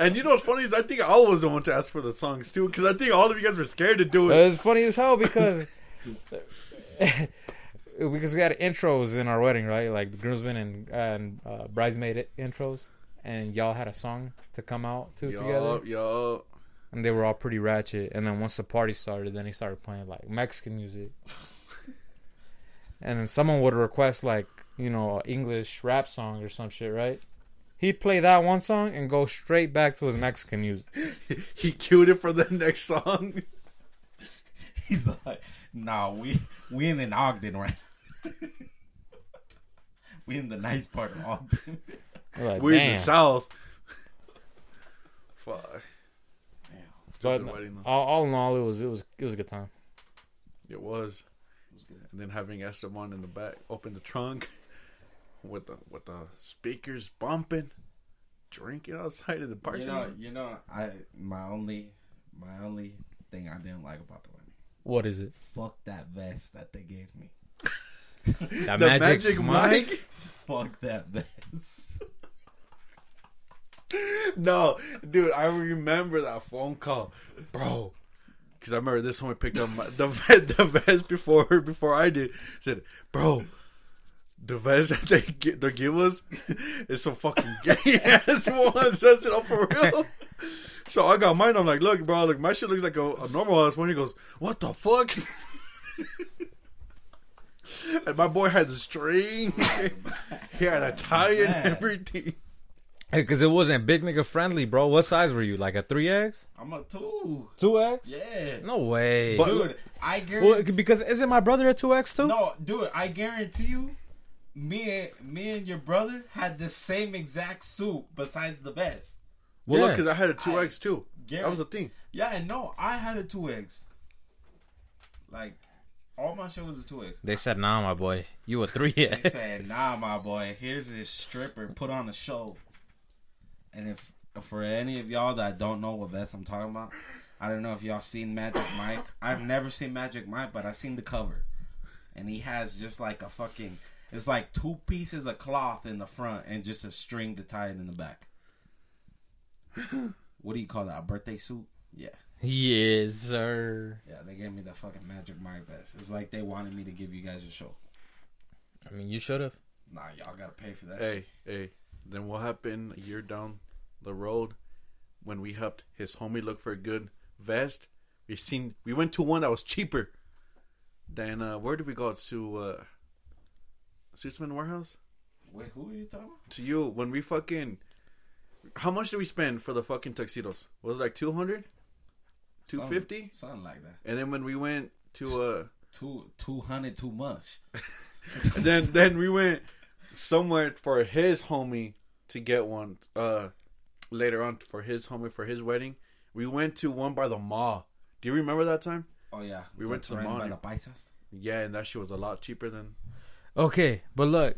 Speaker 3: And you know what's funny is I think I was the one to ask for the songs too, because I think all of you guys were scared to do it.
Speaker 1: It was funny as hell because because we had intros in our wedding, right? Like the groomsmen and and uh, bridesmaid intros, and y'all had a song to come out to together,
Speaker 3: Yo, yo.
Speaker 1: and they were all pretty ratchet. And then once the party started, then he started playing like Mexican music, and then someone would request like you know a English rap song or some shit, right? He'd play that one song and go straight back to his Mexican music.
Speaker 3: He cued it for the next song.
Speaker 2: He's like, nah, we we in an Ogden right now. we in the nice part of Ogden.
Speaker 1: Like,
Speaker 3: We're in
Speaker 1: damn.
Speaker 3: the South. Fuck.
Speaker 1: But
Speaker 3: Stupid wedding, though.
Speaker 1: all, all in all, it was it was it was a good time.
Speaker 3: It was. And then having Esteban in the back open the trunk with the with the speakers bumping, drinking outside of the parking
Speaker 2: You know,
Speaker 3: lot.
Speaker 2: you know, I my only my only thing I didn't like about the wedding.
Speaker 1: What is it?
Speaker 2: Fuck that vest that they gave me.
Speaker 1: That
Speaker 3: The magic, mic?
Speaker 2: Fuck that vest.
Speaker 3: No, dude, I remember that phone call, bro. Because I remember this homie picked up my, the vest, the vest before before I did. Said, bro, the vest that they get, they give us is some fucking gay ass one. Says it up "Oh, for real. So I got mine. I'm like, look, bro, look, my shit looks like a, a normal ass one. He goes, what the fuck? and my boy had the string. he had a tie and
Speaker 2: Man.
Speaker 3: everything.
Speaker 1: Because it wasn't big nigga friendly, bro. What size were you? Like a three X,
Speaker 2: I'm a two.
Speaker 1: two X?
Speaker 2: Yeah.
Speaker 1: No way.
Speaker 3: But-
Speaker 2: Dude, I guarantee
Speaker 1: well, because isn't my brother a two X too?
Speaker 2: No, dude, I guarantee you, me and me and your brother had the same exact suit besides the vest.
Speaker 3: Well, look,
Speaker 1: Yeah.
Speaker 3: 'cause I had a two
Speaker 2: I-
Speaker 3: X too.
Speaker 2: Garrett-
Speaker 3: That was the thing.
Speaker 2: Yeah, and no, I had a two X. Like, all my shit was a two X.
Speaker 1: They said, "Nah, my boy, you a three
Speaker 2: They
Speaker 1: X."
Speaker 2: said, "Nah, my boy, here's this stripper. Put on a show." And if for any of y'all that don't know what vest I'm talking about, I don't know if y'all seen Magic Mike. I've never seen Magic Mike, but I've seen the cover, and he has just like a fucking. It's like two pieces of cloth in the front and just a string to tie it in the back. what do you call that? A birthday suit? Yeah.
Speaker 1: yes, sir.
Speaker 2: Yeah, they gave me the fucking Magic Mike vest. It's like they wanted me to give you guys a show.
Speaker 1: I mean, you should have.
Speaker 2: Nah, y'all gotta pay for that. shit.
Speaker 3: Hey, hey. Then what happened a year down the road when we helped his homie look for a good vest? We seen we went to one that was cheaper. Then uh, where did we go to? Uh, Suitsman Warehouse
Speaker 2: Wait, who are you talking about?
Speaker 3: to you when we fucking. How much did we spend for the fucking tuxedos? Was it like 200? 250?
Speaker 2: Something, something like that.
Speaker 3: And then when we went to uh
Speaker 2: Two two hundred too much.
Speaker 3: And then then we went somewhere for his homie to get one uh later on for his homie for his wedding we went to one by the mall do you remember that time
Speaker 2: Oh yeah,
Speaker 3: We went to the
Speaker 2: Right
Speaker 3: mall
Speaker 2: by
Speaker 3: and-
Speaker 2: the Paisas.
Speaker 3: yeah and that shit was a lot cheaper than
Speaker 1: Okay, but look,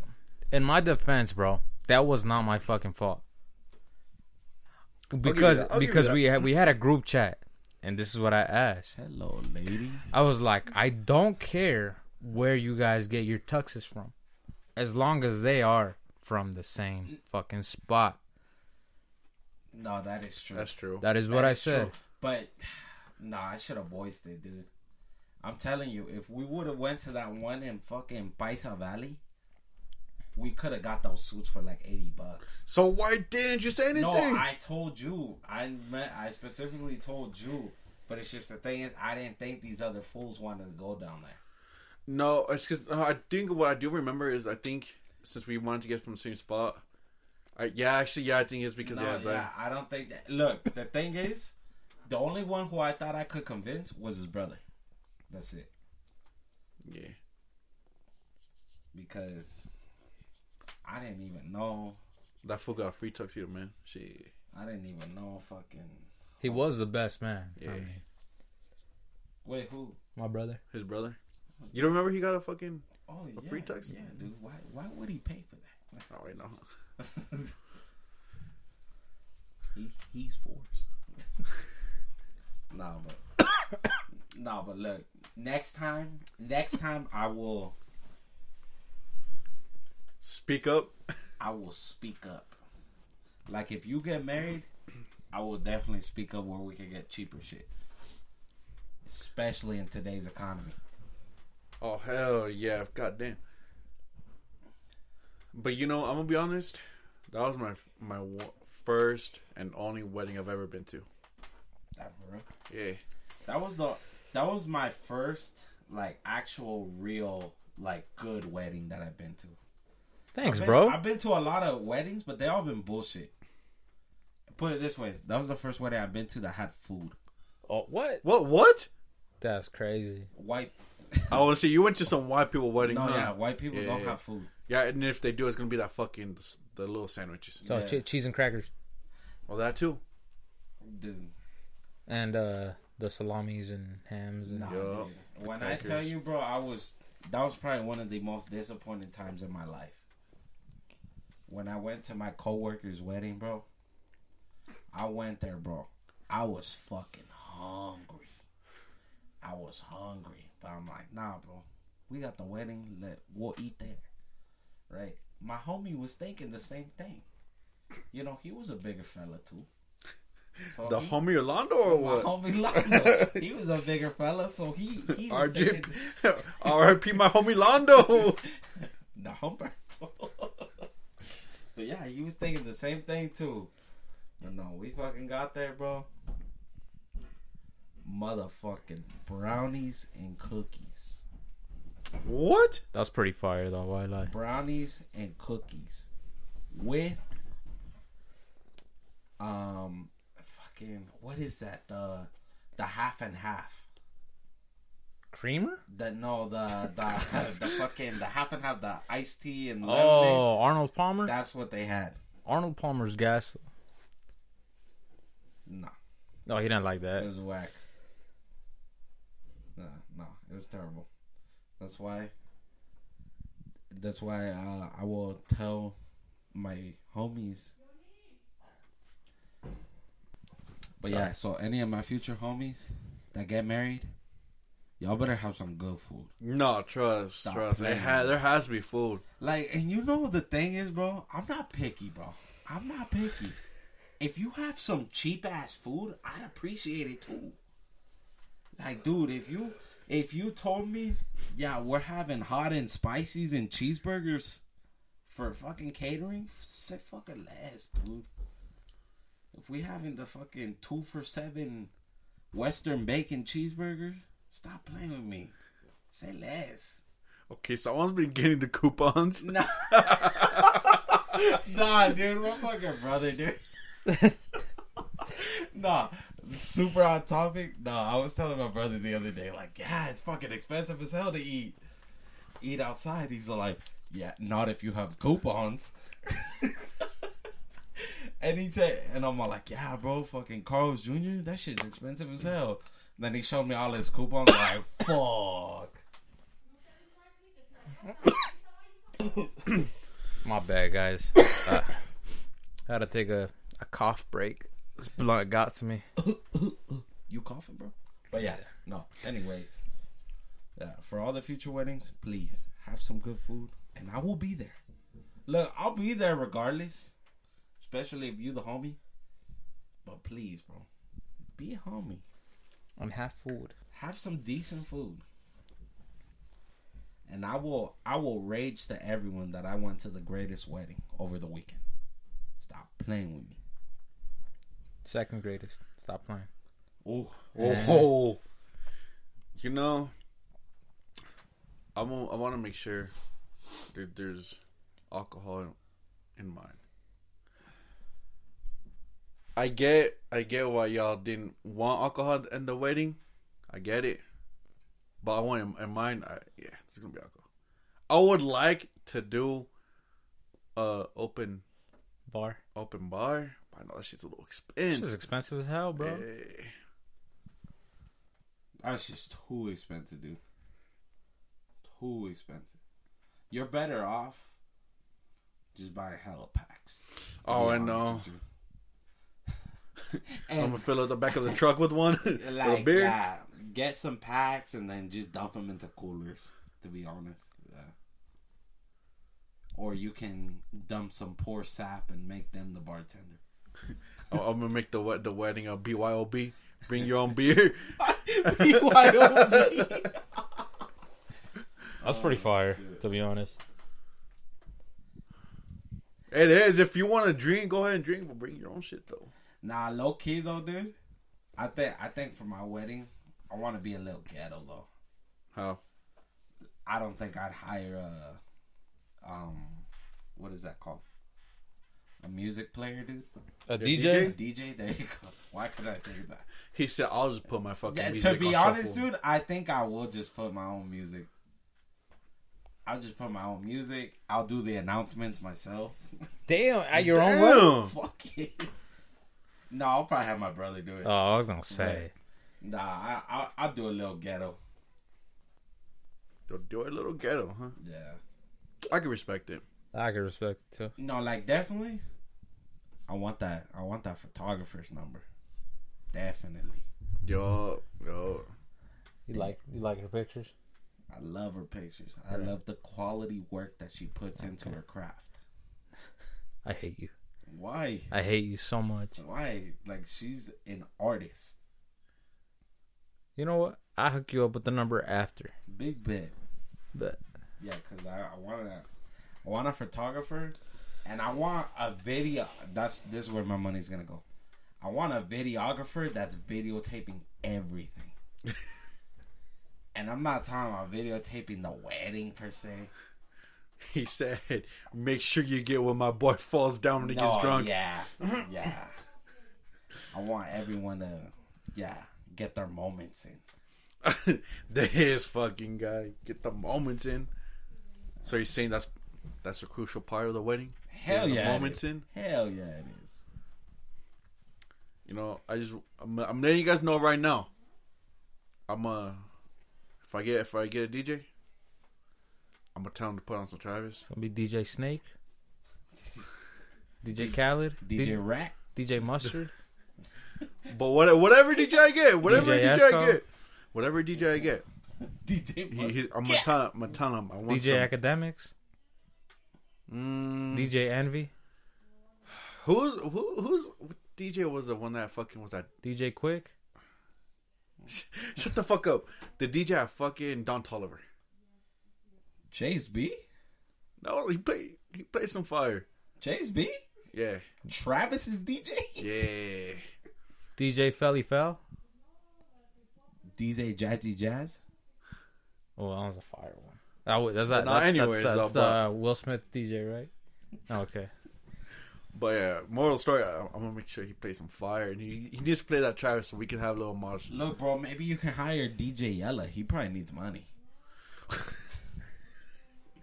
Speaker 1: in my defense, bro, that was not my fucking fault.
Speaker 3: you
Speaker 1: Because
Speaker 3: that. I'll give you
Speaker 1: because
Speaker 3: that.
Speaker 1: we had we had a group chat, and this is what I asked.
Speaker 2: Hello, lady.
Speaker 1: I was like, I don't care where you guys get your tuxes from, as long as they are from the same fucking spot.
Speaker 2: no, that is true.
Speaker 3: that's true
Speaker 1: That is
Speaker 2: That
Speaker 1: what I
Speaker 2: is true.
Speaker 1: said.
Speaker 2: But Nah, I should have voiced it, dude. I'm telling you, if we would have went to that one in fucking Paisa Valley, we could have got those suits for like eighty bucks.
Speaker 3: So why didn't you say anything?
Speaker 2: No, I told you. I meant, I specifically told you. But it's just the thing is, I didn't think these other fools wanted to go down there.
Speaker 3: No, it's because uh, I think what I do remember is I think since we wanted to get from the same spot, I yeah actually yeah I think it's because
Speaker 2: No,
Speaker 3: yeah,
Speaker 2: yeah, I don't think that. Look, the thing is, the only one who I thought I could convince was his brother. That's it.
Speaker 3: that- yeah
Speaker 2: Because I didn't even know.
Speaker 3: that fool got a free tuxedo man. Shit,
Speaker 2: I didn't even know fucking.
Speaker 1: He was the best man.
Speaker 3: Yeah.
Speaker 1: I mean,
Speaker 2: Wait, who?
Speaker 1: my brother.
Speaker 3: his brother. You don't remember he got a fucking
Speaker 2: Oh, yeah.
Speaker 3: free taxi?
Speaker 2: Yeah, dude. Why, why would he pay for that?
Speaker 3: oh wait no
Speaker 2: he, he's forced. nah, but. nah, but look. Next time, next time I will.
Speaker 3: speak up
Speaker 2: I will speak up. Like if you get married, I will definitely speak up where we can get cheaper shit. Especially in today's economy.
Speaker 3: oh hell yeah goddamn. But you know I'm gonna be honest, that was my my wa- first and only wedding I've ever been to.
Speaker 2: That for real.
Speaker 3: Yeah.
Speaker 2: That was the that was my first like actual real like good wedding that I've been to.
Speaker 1: Thanks,
Speaker 2: I've been-
Speaker 1: bro.
Speaker 2: I've been to a lot of weddings, but they all been bullshit. Put it this way, that was the first wedding I've been to that had food.
Speaker 1: oh, what?
Speaker 3: What what?
Speaker 1: That's crazy.
Speaker 2: White
Speaker 3: I want to see you went to some white people wedding.
Speaker 2: No,
Speaker 3: huh?
Speaker 2: yeah, white people
Speaker 3: Yeah,
Speaker 2: don't
Speaker 3: yeah.
Speaker 2: have food.
Speaker 3: Yeah, and if they do, it's gonna be that fucking the little sandwiches.
Speaker 1: So
Speaker 2: Yeah.
Speaker 1: che- cheese and crackers
Speaker 3: Well, that too.
Speaker 2: Dude.
Speaker 1: and uh, the salamis and hams and
Speaker 2: Nah,
Speaker 3: Yup.
Speaker 2: dude. When I
Speaker 3: Crackers.
Speaker 2: tell you, bro, I was that was probably one of the most disappointing times in my life. When I went to my coworker's wedding, bro, I went there, bro. I was fucking hungry. I was hungry, but I'm like, nah, bro. We got the wedding. Let we'll eat there, right? My homie was thinking the same thing. You know, he was a bigger fella too. So
Speaker 3: The
Speaker 2: Oh, he-
Speaker 3: homie Orlando or
Speaker 2: my
Speaker 3: what?
Speaker 2: homie Londo. he was a bigger fella, so he he was
Speaker 3: RJ,
Speaker 2: taking
Speaker 3: RIP my homie Londo.
Speaker 2: the humper. but yeah, he was thinking the same thing too. But no, we fucking got there, bro. Motherfucking brownies and cookies.
Speaker 3: what?
Speaker 1: That's pretty fire though. Why lie?
Speaker 2: Brownies and cookies with um fucking what is that the the half and half
Speaker 1: Creamer?
Speaker 2: The no, the the the fucking the half and half the iced tea and lemonade.
Speaker 1: Oh, Arnold Palmer.
Speaker 2: That's what they had.
Speaker 1: Arnold Palmer's gas.
Speaker 2: Nah,
Speaker 1: No, he didn't like
Speaker 2: it
Speaker 1: that.
Speaker 2: was whack. Nah, no, it was terrible. That's why. That's why uh, I will tell my homies. But yeah, so any of my future homies that get married, y'all better have some good food.
Speaker 3: No, trust,
Speaker 2: Stop
Speaker 3: trust. It
Speaker 2: playing.
Speaker 3: ha- there has to be food.
Speaker 2: Like, and you know what the thing is, bro? I'm not picky, bro. I'm not picky. If you have some cheap ass food, I'd appreciate it too. Like, dude, if you if you told me, yeah, we're having hot and spices and cheeseburgers for fucking catering, f- say fucking less, dude. If we having the fucking two for seven Western bacon cheeseburgers, stop playing with me. Say less.
Speaker 3: Okay, someone's been getting the coupons.
Speaker 2: Nah. nah, dude, my fucking brother, dude. nah, super on topic. Nah, I was telling my brother the other day, like, yeah, it's fucking expensive as hell to eat. Eat outside. He's like, yeah, not if you have coupons. and he said, and I'm all like, yeah, bro, fucking Carl's Jr., that shit's expensive as hell. Then he showed me all his coupons, like, fuck.
Speaker 1: My bad, guys. uh, had to take a, a cough break. This blunt got to me.
Speaker 2: You coughing, bro? But yeah, no. Anyways, yeah. For all the future weddings, please have some good food, and I will be there. Look, I'll be there regardless, especially if you the homie. But please, bro, be a homie.
Speaker 1: on half food.
Speaker 2: have some decent food. And I will I will rage to everyone that I went to the greatest wedding over the weekend. Stop playing with me.
Speaker 1: Second greatest. Stop playing.
Speaker 3: Oh, oh, you know, I want I want to make sure that there's alcohol in, in mine. I get I get why y'all didn't want alcohol in the wedding. I get it, but I want in, in mine. I, yeah, it's gonna be alcohol. I would like to do uh open
Speaker 1: Bar.
Speaker 3: open bar. but I know that shit's a little
Speaker 1: This is
Speaker 3: expensive,
Speaker 1: expensive as hell, bro.
Speaker 3: Eh.
Speaker 2: That's just too expensive, dude. Too expensive. You're better off just buying hella packs. to
Speaker 3: Oh,
Speaker 2: be
Speaker 3: I
Speaker 2: honest
Speaker 3: know.
Speaker 2: with you.
Speaker 3: I'm
Speaker 2: and
Speaker 3: gonna fill up the back of the truck with one, with a
Speaker 2: like
Speaker 3: beer.
Speaker 2: yeah, get some packs and then just dump them into coolers. To be honest, yeah. Or you can dump some poor sap and make them the bartender.
Speaker 3: I'm I'm gonna Oh, make the wed- the wedding a BYOB. Bring your own beer.
Speaker 2: BYOB.
Speaker 1: That's pretty fire, to be honest.
Speaker 3: It is. If you want to drink, go ahead and drink, but bring your own shit though.
Speaker 2: Nah, low key though, dude. I think I think for my wedding, I want to be a little ghetto though.
Speaker 3: How?
Speaker 2: I don't think I'd hire a, um, what is that called? A music player, dude.
Speaker 1: A
Speaker 2: A
Speaker 1: DJ?
Speaker 3: DJ?
Speaker 2: DJ. There you go. Why could I think that?
Speaker 3: He said, "I'll just put my fucking
Speaker 2: Yeah,
Speaker 3: music
Speaker 2: to be
Speaker 3: on
Speaker 2: honest,
Speaker 3: shuffle."
Speaker 2: dude, I think I will just put my own music. I'll just put my own music. I'll do the announcements myself.
Speaker 1: Damn, at your own wedding?
Speaker 3: Damn.
Speaker 2: Fuck it. No, I'll probably have my brother do it.
Speaker 1: Oh, I was gonna say.
Speaker 2: Nah, I, I, I'll do a little ghetto.
Speaker 3: Yo, Do it a little ghetto, huh?
Speaker 2: Yeah.
Speaker 3: I can respect it.
Speaker 1: I can respect it too.
Speaker 2: No, like definitely. I want that. I want that photographer's number. Definitely.
Speaker 3: Yo, yo,
Speaker 1: You like you like her pictures?
Speaker 2: I love her pictures. I love the quality work that she puts into her craft.
Speaker 1: I hate you.
Speaker 2: Why?
Speaker 1: I hate you so much.
Speaker 2: Why? Like she's an artist.
Speaker 1: You know what? I hook you up with the number after.
Speaker 2: Big bit.
Speaker 1: But
Speaker 2: Yeah, cause I, I want a, I want a photographer, and I want a video. That's this is where my money's gonna go. I want a videographer that's videotaping everything. and I'm not talking about videotaping the wedding per se.
Speaker 3: he said, "Make sure you get when my boy falls down when he
Speaker 2: No,
Speaker 3: gets drunk."
Speaker 2: Yeah, yeah. I want everyone to, yeah, get their moments in.
Speaker 3: this fucking guy get the moments in. So you're saying that's that's a crucial part of the wedding?
Speaker 2: Hell
Speaker 3: Getting
Speaker 2: yeah,
Speaker 3: the
Speaker 2: it
Speaker 3: moments
Speaker 2: is.
Speaker 3: in.
Speaker 2: Hell yeah, it is.
Speaker 3: you know, I just I'm, I'm letting you guys know right now. I'm uh, if I get if I get a DJ, I'm gonna tell him to put on some Travis.
Speaker 1: gonna be DJ Snake, DJ Khaled,
Speaker 2: DJ Rack.
Speaker 1: D- DJ Mustard.
Speaker 3: But what, whatever DJ I get, whatever
Speaker 1: DJ
Speaker 3: DJ, I
Speaker 1: Esco?
Speaker 3: get, whatever DJ I get,
Speaker 2: DJ
Speaker 3: he,
Speaker 2: Mustard.
Speaker 3: he, I'm gonna tell him. I'm gonna tell him I want
Speaker 1: DJ
Speaker 3: some.
Speaker 1: Academics,
Speaker 3: Mm,
Speaker 1: DJ Envy,
Speaker 3: who's who, who's what DJ was the one that fucking was that?
Speaker 1: DJ Quick.
Speaker 3: Shut the fuck up. The DJ at fucking Don Tolliver.
Speaker 2: Chase B.
Speaker 3: No, he played he played some fire.
Speaker 2: Chase B.
Speaker 3: Yeah,
Speaker 2: Travis is DJ.
Speaker 3: yeah.
Speaker 1: DJ Felly Fell.
Speaker 2: DJ Jazzy Jazz.
Speaker 1: Oh, that was a fire one. That was, that's that.
Speaker 3: But not
Speaker 1: That's,
Speaker 3: anyways,
Speaker 1: that's,
Speaker 3: though,
Speaker 1: that's the Will Smith DJ, right? Okay.
Speaker 3: But yeah, moral story. I, I'm gonna make sure he plays some fire, and he, he needs to play that Travis so we can have a little march.
Speaker 2: Look, bro, maybe you can hire DJ Yella. He probably needs money.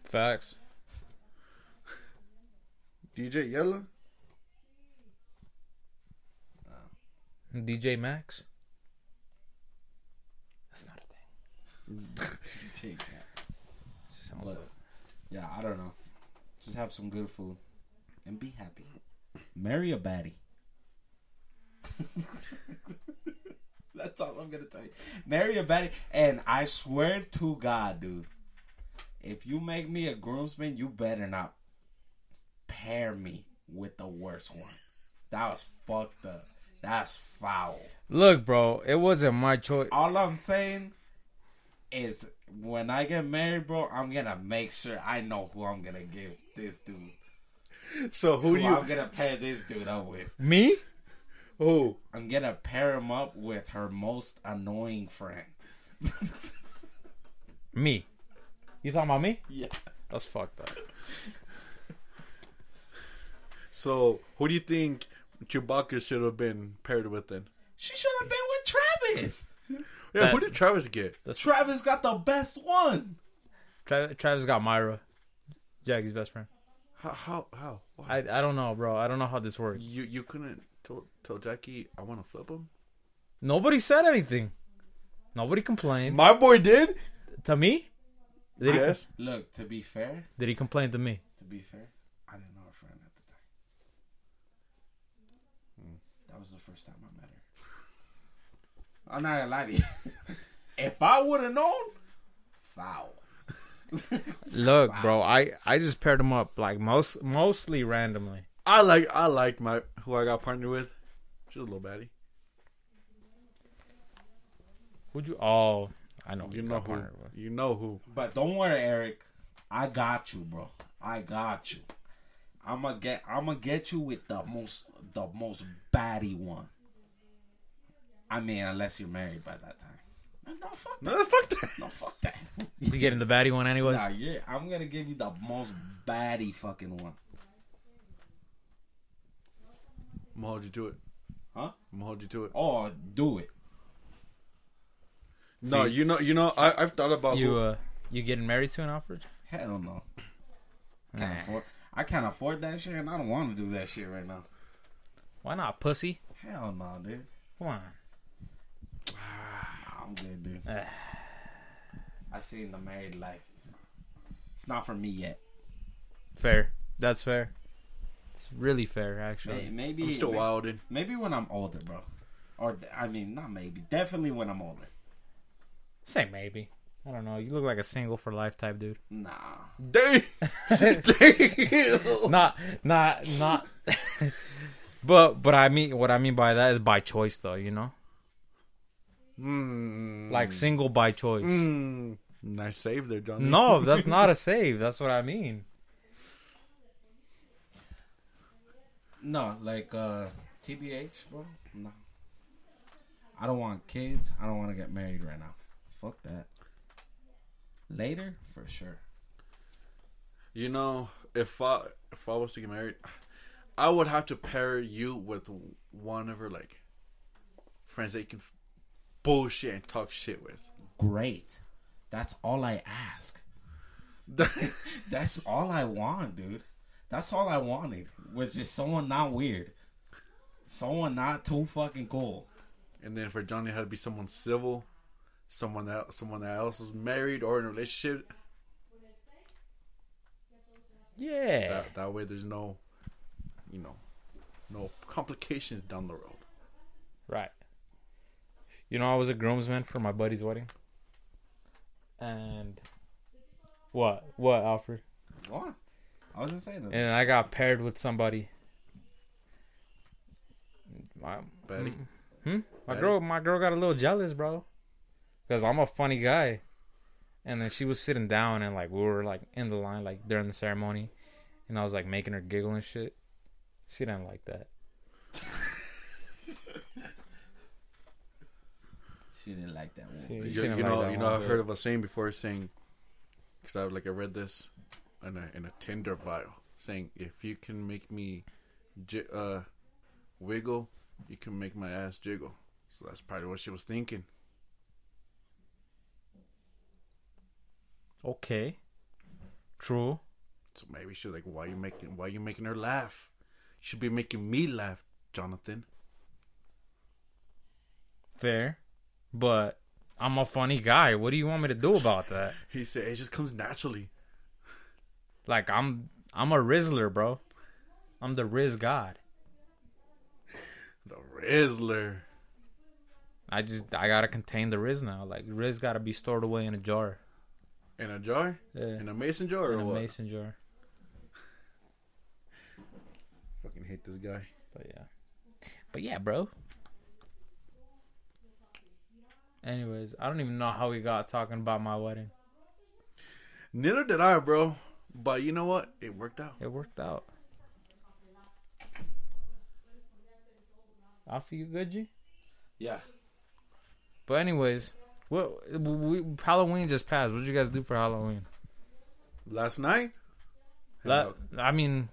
Speaker 1: Facts.
Speaker 3: DJ Yellow,
Speaker 1: DJ Max. That's not a thing.
Speaker 2: Take that.
Speaker 1: It just sounds
Speaker 2: Look, yeah, I don't know. Just have some good food and be happy. Marry a baddie. That's all I'm gonna tell you. Marry a baddie, and I swear to God, dude, if you make me a groomsman, you better not pair me with the worst one. That was fucked up. That's foul.
Speaker 1: Look, bro, it wasn't my choice.
Speaker 2: All I'm saying is when I get married, bro, I'm gonna make sure I know who I'm gonna give this dude.
Speaker 3: So who
Speaker 2: Who
Speaker 3: do
Speaker 2: I'm
Speaker 3: you?
Speaker 2: gonna pair this dude up with.
Speaker 1: Me?
Speaker 3: Who?
Speaker 2: I'm gonna pair him up with her most annoying friend.
Speaker 1: Me. You talking about me?
Speaker 2: Yeah.
Speaker 1: That's fucked up.
Speaker 3: So who do you think Chewbacca should have been paired with then?
Speaker 2: She should have been with Travis.
Speaker 3: Yeah, who
Speaker 1: That-
Speaker 3: did Travis get?
Speaker 2: Travis got the best one.
Speaker 1: Tra- Travis got Myra, Jackie's best friend.
Speaker 3: How? How? how? Why?
Speaker 1: I I don't know, bro. I don't know how this works.
Speaker 3: You you couldn't tell tell Jackie I want to flip him.
Speaker 1: Nobody said anything. Nobody complained
Speaker 3: My boy did.
Speaker 1: to me. Did he,
Speaker 3: Yes.
Speaker 2: Look, to be fair,
Speaker 1: did he complain to me?
Speaker 2: to be fair, I didn't know her friend at the time. That was the first time I met her. I'm not gonna lie to you. if I would have known, foul.
Speaker 1: Look, bro. I I just paired him up like most mostly randomly.
Speaker 3: I like I like my who I got partnered with. She's a little baddie.
Speaker 1: Would you? Oh, I know.
Speaker 3: You know who.
Speaker 1: partnered with.
Speaker 3: You know who.
Speaker 2: But don't worry, Eric. I got you, bro. I got you. I'm gonna get. I'm gonna get you with the most, the most batty one. I mean, unless you're married by that time. No, fuck that.
Speaker 3: No, fuck that.
Speaker 2: No, fuck that.
Speaker 1: You getting the baddie one anyways?
Speaker 2: Nah, yeah. I'm gonna give you the most batty fucking one.
Speaker 3: I'm gonna hold you to it.
Speaker 2: Huh?
Speaker 3: I'm gonna hold you to it.
Speaker 2: Oh, do it.
Speaker 3: No, you know, you know. I, I've thought about
Speaker 1: You
Speaker 3: who,
Speaker 1: uh, you getting married to an Alfred?
Speaker 2: Hell no. Can't afford. I can't afford that shit, and I don't want to do that shit right now.
Speaker 1: Why not, pussy?
Speaker 2: Hell no, dude.
Speaker 1: Come on.
Speaker 2: I'm good, dude. I seen the married life. It's not for me yet.
Speaker 1: Fair. That's fair. It's really fair, actually.
Speaker 2: May- Maybe
Speaker 3: I'm still
Speaker 2: may-
Speaker 3: wilding.
Speaker 2: Maybe when I'm older, bro. Or th- I mean, not maybe. Definitely when I'm older.
Speaker 1: Say maybe. I don't know. You look like a single for life type dude.
Speaker 2: Nah.
Speaker 3: Damn. Damn.
Speaker 1: Not, not, not. but, but I mean, what I mean by that is by choice, though. You know,
Speaker 3: Mm.
Speaker 1: like single by choice.
Speaker 3: Mm. Nice save there, Johnny.
Speaker 1: No, that's not a save. That's what I mean.
Speaker 2: No, like uh TBH, bro. No. I don't want kids. I don't want to get married right now. Fuck that. Later, for sure.
Speaker 3: You know, if I if I was to get married, I would have to pair you with one of her like friends that you can bullshit and talk shit with.
Speaker 2: Great. That's all I ask. That's all I want, dude. That's all I wanted was just someone not weird, someone not too fucking cool.
Speaker 3: and then for Johnny, it had to be someone civil, someone that someone that else was married or in a relationship.
Speaker 1: Yeah.
Speaker 3: That, that way, there's no, you know, no complications down the road.
Speaker 1: Right. You know, I was a groomsman for my buddy's wedding. And what? What, Alfred?
Speaker 2: Go on. I was just saying that.
Speaker 1: And I got paired with somebody. My,
Speaker 3: Betty,
Speaker 1: my
Speaker 3: Right.
Speaker 1: girl, my girl got a little jealous, bro, because I'm a funny guy. And then she was sitting down, and like we were like in the line, like during the ceremony, and I was like making her giggle and shit. She didn't like that.
Speaker 2: She didn't like that one.
Speaker 1: She, she
Speaker 3: you,
Speaker 1: didn't
Speaker 3: you
Speaker 1: like
Speaker 3: know,
Speaker 1: that
Speaker 3: you
Speaker 1: one
Speaker 3: know, I've
Speaker 1: bit.
Speaker 3: heard of a saying before, saying, because I like I read this in a in a Tinder bio saying, if you can make me, j- uh, wiggle, you can make my ass jiggle. So that's probably what she was thinking.
Speaker 1: Okay. True.
Speaker 3: So maybe she's like, "Why you making? Why you making her laugh? You should be making me laugh, Jonathan."
Speaker 1: Fair. But I'm a funny guy. What do you want me to do about that?
Speaker 3: He said, "It just comes naturally."
Speaker 1: Like I'm I'm a Rizzler, bro. I'm the Riz God.
Speaker 3: The Rizzler.
Speaker 1: I just I gotta contain the Riz now. Like Riz gotta be stored away in a jar.
Speaker 3: in a jar,
Speaker 1: Yeah.
Speaker 3: in a mason jar, or
Speaker 1: in a
Speaker 3: what?
Speaker 1: mason jar.
Speaker 3: Fucking hate this guy.
Speaker 1: But yeah. But yeah, bro. Anyways, I don't even know how we got talking about my wedding.
Speaker 3: Neither did I, bro. But you know what? It worked out.
Speaker 1: It worked out. Off you good, G?
Speaker 2: Yeah.
Speaker 1: But anyways, what we, Halloween just passed. What did you guys do for Halloween?
Speaker 3: Last night.
Speaker 1: La- I mean,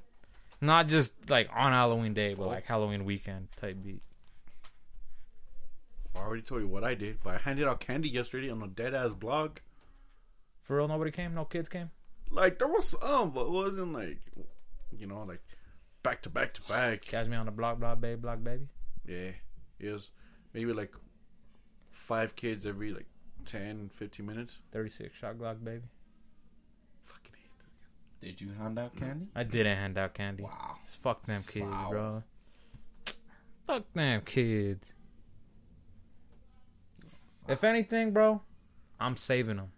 Speaker 1: not just like on Halloween day, but like Halloween weekend type beat.
Speaker 3: I already told you what I did, but I handed out candy yesterday on a dead ass blog.
Speaker 1: For real, nobody came. No kids came.
Speaker 3: Like there was some, but it wasn't like, you know, like back to back to back.
Speaker 1: Catch me on the block, block, baby, block, baby.
Speaker 3: Yeah, it was maybe like five kids every like 10, 15 minutes.
Speaker 1: Thirty-six shot Glock, baby.
Speaker 3: Fucking hate that.
Speaker 2: Did you hand out candy?
Speaker 1: I didn't hand out candy.
Speaker 2: Wow.
Speaker 1: It's fuck them kids,
Speaker 2: Foul.
Speaker 1: bro. Fuck them kids. If anything, bro, I'm saving them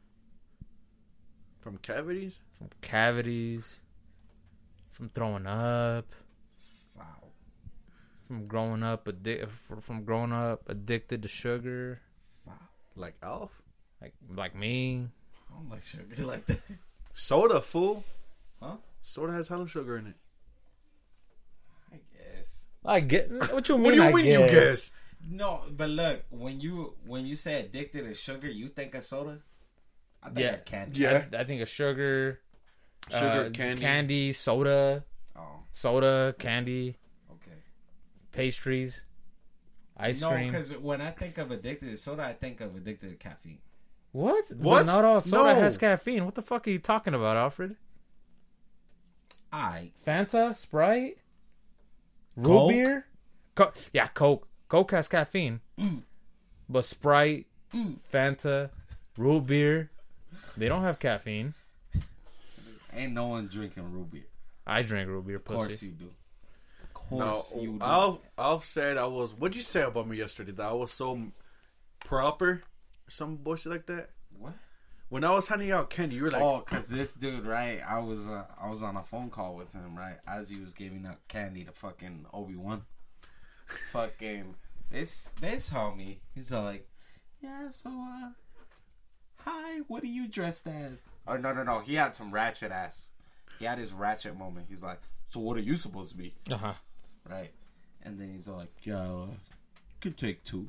Speaker 3: from cavities.
Speaker 1: from cavities, from throwing up,
Speaker 2: Foul.
Speaker 1: from growing up addi- fr- from growing up addicted to sugar,
Speaker 2: Foul.
Speaker 3: Like Alf.
Speaker 1: like like me.
Speaker 2: I don't like sugar like that.
Speaker 3: Soda, fool.
Speaker 2: Huh?
Speaker 3: Soda has hella sugar in it.
Speaker 2: I guess.
Speaker 1: I get what you mean.
Speaker 3: What do you
Speaker 1: I
Speaker 3: mean you guess?
Speaker 2: No, but look, when you when you say addicted to sugar, you think of soda. I think
Speaker 1: Yeah.
Speaker 2: of candy.
Speaker 3: Yeah.
Speaker 1: I, I think of sugar,
Speaker 3: Sugar,
Speaker 1: uh,
Speaker 3: candy.
Speaker 1: candy, soda,
Speaker 2: Oh,
Speaker 1: soda, candy,
Speaker 2: okay.
Speaker 1: pastries, ice
Speaker 2: no,
Speaker 1: cream.
Speaker 2: because when I think of addicted to soda, I think of addicted to caffeine.
Speaker 1: What?
Speaker 3: What?
Speaker 1: Not all soda
Speaker 3: No.
Speaker 1: has caffeine. What the fuck are you talking about, Alfred?
Speaker 2: I
Speaker 1: Fanta, Sprite, root
Speaker 2: Coke?
Speaker 1: beer. Co- yeah, Coke. Coke has caffeine, but Sprite, Fanta, root beer, they don't have caffeine.
Speaker 2: ain't no one drinking root beer.
Speaker 1: I drink root beer,
Speaker 2: Of course
Speaker 1: pussy.
Speaker 2: you do. Of
Speaker 3: No,
Speaker 2: course you do.
Speaker 3: Alf, Alf said I was. What'd you say about me yesterday? That I was so proper, or some bullshit like that.
Speaker 2: What?
Speaker 3: When I was handing out candy, you were like,
Speaker 2: oh, cause this dude, right? I was uh, I was on a phone call with him, right? As he was giving out candy to fucking Obi Wan. fucking this this homie, he's all like, yeah. So, uh, hi, what are you dressed as? Oh no no no, he had some ratchet ass. He had his ratchet moment. He's like, so what are you supposed to be,
Speaker 1: Uh huh.
Speaker 2: right? And then he's all like, yeah, uh, could take two.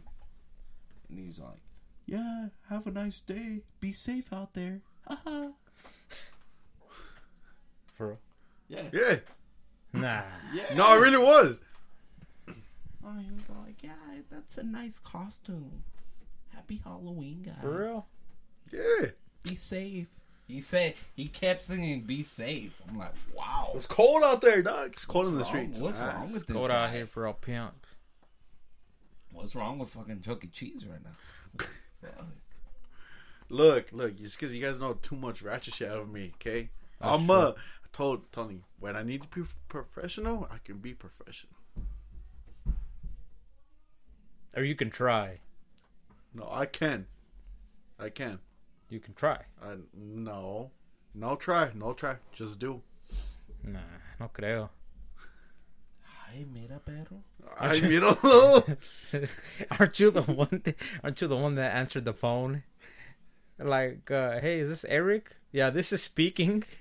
Speaker 2: And he's like, yeah, have a nice day. Be safe out there. Ha ha.
Speaker 1: For real.
Speaker 2: Yeah.
Speaker 3: "Yeah,
Speaker 1: Nah.
Speaker 2: Yeah.
Speaker 3: no, I really was."
Speaker 2: Oh, he was all like, yeah, that's a nice costume. Happy Halloween, guys.
Speaker 1: For real?
Speaker 3: Yeah, it
Speaker 2: Be safe. He said he kept singing "Be safe." I'm like, wow.
Speaker 3: was cold out there, dog. It's cold in the
Speaker 2: wrong-
Speaker 3: streets.
Speaker 2: What's
Speaker 3: Ah,
Speaker 2: wrong with this?
Speaker 1: Cold
Speaker 2: guy?
Speaker 1: out here for all pimp.
Speaker 2: What's wrong with fucking Chuck E. Cheese right now? Fuck.
Speaker 3: Look, look, it's because you guys know too much ratchet shit out of me. Okay, I'm uh, I told Tony when I need to be professional, I can be professional.
Speaker 1: Or you can try.
Speaker 3: No, I can, I can.
Speaker 1: You can try.
Speaker 3: I no, no try, no try. Just do.
Speaker 1: Nah, no creo.
Speaker 2: Ay, mira, perro.
Speaker 3: I mean, I don't know.
Speaker 1: aren't you the one? aren't you the one that answered the phone? Like, uh, hey, is this Eric? Yeah, this is speaking.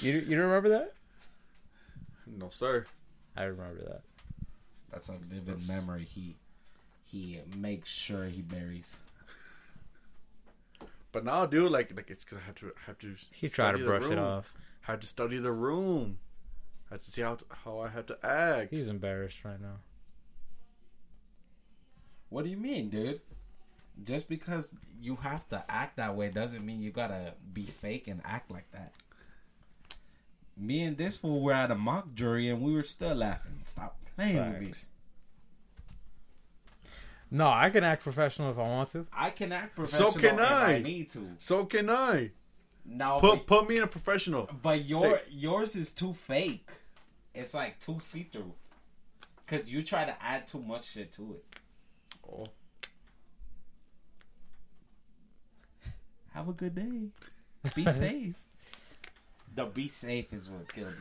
Speaker 1: You you don't remember that?
Speaker 3: No, sir.
Speaker 1: I remember that.
Speaker 2: That's a vivid memory. He he makes sure he buries.
Speaker 3: But now, dude, like, like it's because I have to, I have to.
Speaker 1: He tried
Speaker 3: study
Speaker 1: to
Speaker 3: the
Speaker 1: brush it
Speaker 3: room.
Speaker 1: off.
Speaker 3: I had to study the room. I had to see how to, how I had to act.
Speaker 1: He's embarrassed right now.
Speaker 2: What do you mean, dude? Just because you have to act that way doesn't mean you gotta be fake and act like that. Me and this fool were at a mock jury and we were still laughing. Stop playing with me.
Speaker 1: Facts. No, I can act professional if I want to.
Speaker 2: I can act professional
Speaker 3: So can
Speaker 2: if I.
Speaker 3: I.
Speaker 2: need to.
Speaker 3: so can I?
Speaker 1: Oh,
Speaker 2: No,
Speaker 3: Put
Speaker 2: but,
Speaker 3: put me in a professional.
Speaker 2: but your
Speaker 3: Stay-
Speaker 2: yours is too fake. It's like too see through. Cause you try to add too much shit to it.
Speaker 3: Oh,
Speaker 2: Have a good day. Be safe. The be safe is what killed me,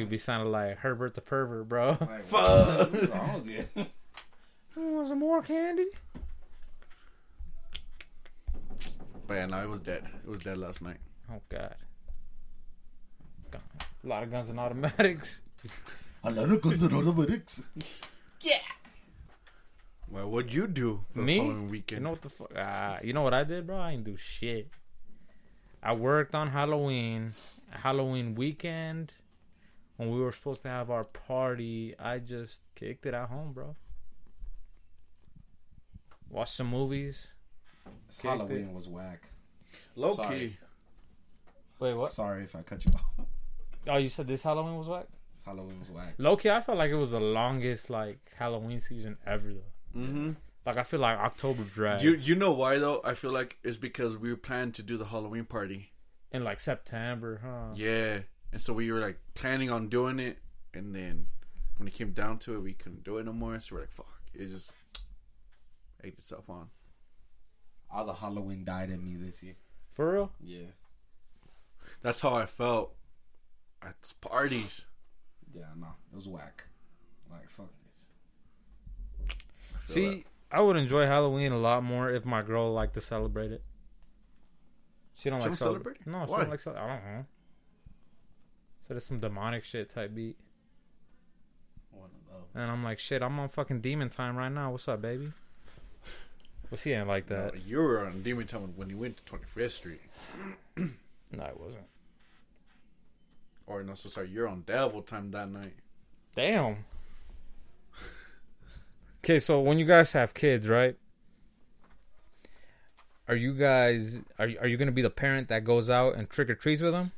Speaker 2: dude.
Speaker 1: Nigga be sounding like Herbert the pervert, bro.
Speaker 2: Like,
Speaker 3: Fuck.
Speaker 2: what the hell is wrong with you?
Speaker 1: Want some more candy?
Speaker 3: But yeah, no, it was dead. It was dead last night.
Speaker 1: Oh god. Gun- A lot of guns and automatics.
Speaker 2: A lot of guns and automatics.
Speaker 3: Well, what'd you do for
Speaker 1: Me?
Speaker 3: the following
Speaker 1: You
Speaker 3: weekend?
Speaker 1: know what the fuck? Ah, you know what I did, bro? I didn't do shit. I worked on Halloween, Halloween weekend, when we were supposed to have our party. I just kicked it at home, bro. Watched some movies.
Speaker 2: Halloween was whack.
Speaker 3: Low
Speaker 2: Sorry.
Speaker 3: key.
Speaker 1: Wait,
Speaker 2: Sorry if I cut you off.
Speaker 1: Oh, you said this Halloween was whack?
Speaker 2: Halloween was whack.
Speaker 1: Loki, I felt like it was the longest like Halloween season ever. Though.
Speaker 3: Mm-hmm.
Speaker 1: Like I feel like October dragged
Speaker 3: You you know why though? I feel like it's because we planned to do the Halloween party.
Speaker 1: in like September, huh?
Speaker 3: Yeah, and so we were like planning on doing it, and then when it came down to it, we couldn't do it no more. So we're like, fuck, it just ate itself on.
Speaker 2: All the Halloween died in me this year.
Speaker 1: For real?
Speaker 2: Yeah.
Speaker 3: That's how I felt at s- parties.
Speaker 2: Yeah, no. It was whack. Like, fuck this.
Speaker 3: I feel
Speaker 1: See,
Speaker 3: that.
Speaker 1: I would enjoy Halloween a lot more if my girl liked to celebrate it. She don't
Speaker 3: She
Speaker 1: like
Speaker 3: don't
Speaker 1: celeb-
Speaker 3: celebrate it?
Speaker 1: No, she
Speaker 3: Why?
Speaker 1: don't like celebrate. I don't know. So there's some demonic shit type beat,
Speaker 2: One of those.
Speaker 1: and I'm like, shit, I'm on fucking demon time right now. What's up, baby? Well, she ain't like that.
Speaker 3: you were on Demon Time when you went to Twenty Fifth Street,
Speaker 1: No, it wasn't.
Speaker 3: or no, so sorry, you're on Devil Time that night.
Speaker 1: Damn. Okay, so when you guys have kids, right? Are you guys are you- are you gonna be the parent that goes out and trick or treats with them,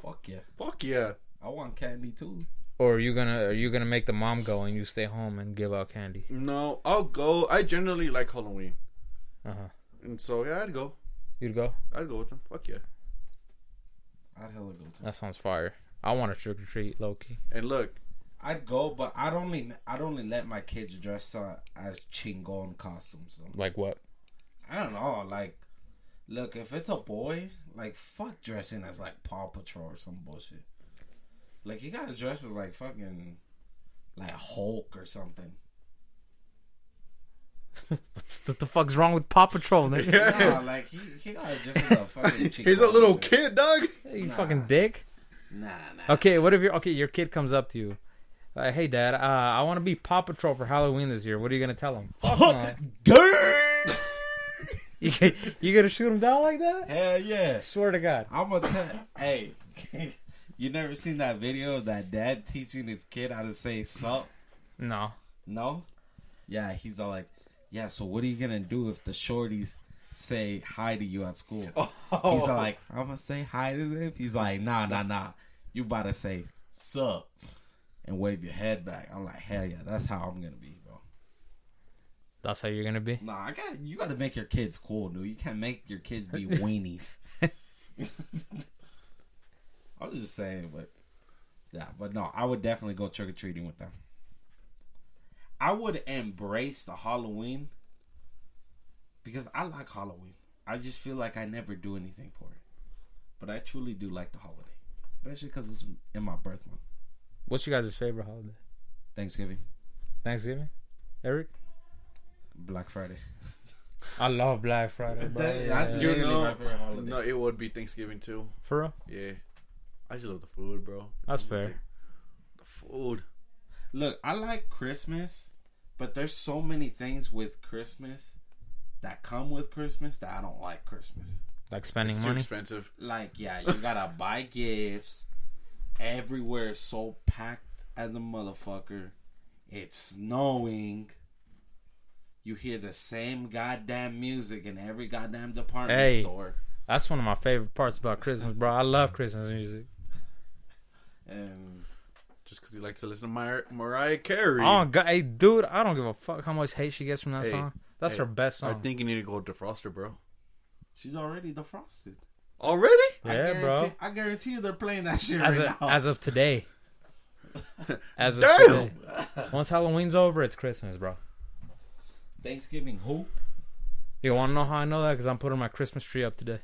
Speaker 2: Fuck yeah.
Speaker 3: Fuck yeah.
Speaker 2: I want candy too.
Speaker 1: or are you gonna are you gonna make the mom go and you stay home and give out candy?
Speaker 3: No, I'll go. I generally like Halloween,
Speaker 1: Uh huh.
Speaker 3: and so yeah, I'd go.
Speaker 1: You'd go.
Speaker 3: I'd go with them. Fuck yeah.
Speaker 2: I'd hella go too.
Speaker 1: That sounds fire. I want to trick or treat, Loki.
Speaker 3: And look,
Speaker 2: I'd go, but I'd only I'd only let my kids dress uh, as chingon costumes. So.
Speaker 1: Like what?
Speaker 2: I don't know. Like, look, if it's a boy, like fuck dressing as like Paw Patrol or some bullshit. Like you gotta dress as like fucking like Hulk or something.
Speaker 1: What the fuck's wrong with Paw Patrol? Nigga?
Speaker 2: Nah, like he, he gotta dress as a fucking. Chick
Speaker 3: he's a little kid, dog.
Speaker 1: You fucking dick.
Speaker 2: Nah, nah.
Speaker 1: Okay, what if your okay your kid comes up to you, like, hey dad, uh, I want to be Paw Patrol for Halloween this year. What are you gonna tell him? Fuck no. You g- you gonna shoot him down like that?
Speaker 2: Hell yeah!
Speaker 1: Swear to God.
Speaker 2: I'm gonna tell. hey, you never seen that video of that dad teaching his kid how to say sup?
Speaker 1: No.
Speaker 2: No? Yeah, he's all like, yeah, so what are you going to do if the shorties say hi to you at school? He's
Speaker 3: Oh.
Speaker 2: all like, I'm going to say hi to them. He's like, nah, nah, nah. You about to say, sup, and wave your head back. I'm like, hell yeah, that's how I'm going to be, bro.
Speaker 1: That's how you're gonna be.
Speaker 2: Nah, I got you got to make your kids cool, dude. You can't make your kids be weenies. I was just saying, but yeah, but no, I would definitely go trick or treating with them. I would embrace the Halloween because I like Halloween. I just feel like I never do anything for it, but I truly do like the holiday, especially because it's in my birth month,
Speaker 1: What's your guys' favorite holiday?
Speaker 2: Thanksgiving,
Speaker 1: Thanksgiving? Eric?
Speaker 2: Black Friday.
Speaker 1: I love Black Friday, bro.
Speaker 2: That's
Speaker 1: Yeah.
Speaker 3: You
Speaker 2: literally my
Speaker 3: know-
Speaker 2: favorite holiday.
Speaker 3: No, it would be Thanksgiving too.
Speaker 1: For real?
Speaker 3: Yeah, I just love the food, bro.
Speaker 1: That's fair.
Speaker 3: The food.
Speaker 2: Look, I like Christmas, but there's so many things with Christmas that come with Christmas that I don't like Christmas.
Speaker 1: Like spending
Speaker 3: It's too
Speaker 1: money?
Speaker 3: expensive.
Speaker 2: Like, yeah, you gotta buy gifts. Everywhere is so packed as a motherfucker. It's snowing. You hear the same goddamn music in every goddamn department
Speaker 1: Hey.
Speaker 2: store.
Speaker 1: That's one of my favorite parts about Christmas, bro. I love Christmas music.
Speaker 2: And
Speaker 3: Just because you like to listen to Mar- Mariah Carey.
Speaker 1: Oh, God. Hey, dude, I don't give a fuck how much hate she gets from that
Speaker 3: Hey,
Speaker 1: song. That's
Speaker 3: hey,
Speaker 1: her best
Speaker 3: I
Speaker 1: song.
Speaker 3: think you need to go defroster, bro.
Speaker 2: she's already defrosted.
Speaker 3: Already?
Speaker 1: yeah,
Speaker 2: I
Speaker 1: bro.
Speaker 2: guarantee- I guarantee you they're playing that shit
Speaker 1: As,
Speaker 2: right
Speaker 1: of-
Speaker 2: now.
Speaker 1: as of today. As of
Speaker 3: Damn!
Speaker 1: today. Once Halloween's over, it's Christmas, bro.
Speaker 2: Thanksgiving, who?
Speaker 1: You want to know how I know that? Because I'm putting my Christmas tree up today.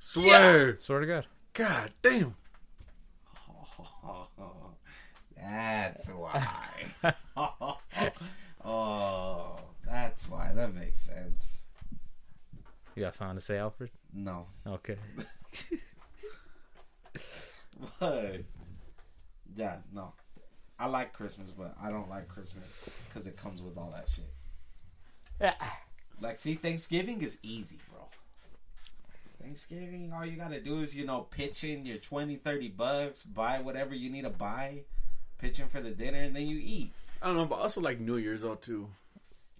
Speaker 3: Swear.
Speaker 1: Swear to God.
Speaker 3: God damn.
Speaker 2: That's why. oh, that's why. That makes sense.
Speaker 1: You got something to say, Alfred?
Speaker 2: No.
Speaker 1: Okay.
Speaker 2: But yeah, no. I like Christmas, but I don't like Christmas because it comes with all that shit. Like, see, Thanksgiving is easy, bro. Thanksgiving, all you gotta do is, you know, pitch in your 20, 30 bucks, buy whatever you need to buy, pitch in for the dinner, and then you eat.
Speaker 3: I don't know, but also like New Year's all too.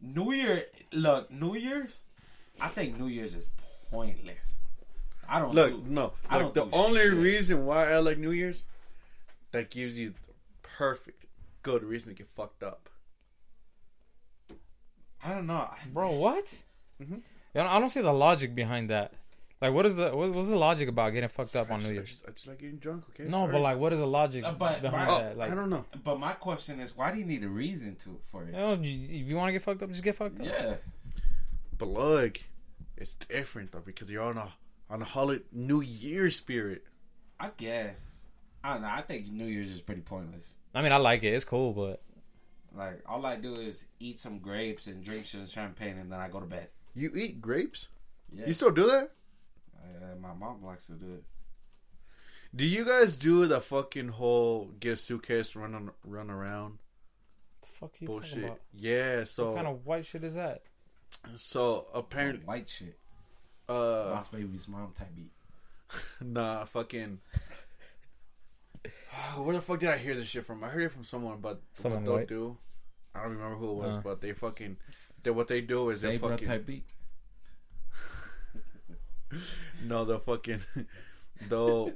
Speaker 2: New Year, look, New Year's, I think New Year's is pointless. I don't
Speaker 3: Look,
Speaker 2: do-
Speaker 3: no,
Speaker 2: I
Speaker 3: look.
Speaker 2: don't
Speaker 3: The
Speaker 2: do
Speaker 3: only
Speaker 2: shit.
Speaker 3: reason why I like New Year's, that gives you the perfect good reason to get fucked up.
Speaker 2: I don't know. I,
Speaker 1: Bro, what? You know, Mm-hmm. I don't see the logic behind that. Like, what is the what, what's the logic about getting fucked up on New
Speaker 3: I
Speaker 1: Year's?
Speaker 3: just, I just like getting drunk. Okay.
Speaker 1: No,
Speaker 3: Sorry.
Speaker 1: but like, what is the logic
Speaker 2: Uh, but-
Speaker 1: behind
Speaker 2: but-
Speaker 3: Oh,
Speaker 1: that? Like,
Speaker 3: I don't know.
Speaker 2: but my question is, why do you need a reason to for
Speaker 1: you
Speaker 2: it?
Speaker 1: know, you- if you want to get fucked up, just get fucked up.
Speaker 2: Yeah.
Speaker 3: But look, it's different though because you're on a on a holiday New Year spirit.
Speaker 2: I guess. I don't know. I think New Year's is pretty pointless.
Speaker 1: I mean, I like it. It's cool, but
Speaker 2: Like all I do is eat some grapes and drink some champagne, and then I go to bed.
Speaker 3: You eat grapes?
Speaker 2: Yeah.
Speaker 3: You still do that?
Speaker 2: uh, my mom likes to do it.
Speaker 3: Do you guys do the fucking whole get a suitcase, run on, run around
Speaker 1: the fuck are you talking
Speaker 3: bullshit?
Speaker 1: about?
Speaker 3: Yeah. So
Speaker 1: What kind of white shit is that?
Speaker 3: so apparently,
Speaker 2: White shit.
Speaker 3: uh,
Speaker 2: Lost baby's mom type beat.
Speaker 3: nah, fucking. Where the fuck did I hear this shit from? I heard it from someone, but
Speaker 1: Someone
Speaker 3: what they'll
Speaker 1: white?
Speaker 3: do, I don't remember who it was,
Speaker 1: Uh.
Speaker 3: but they fucking, they, what they do is they
Speaker 2: Zebra
Speaker 3: fucking
Speaker 2: type beat.
Speaker 3: no, they'll fucking, they'll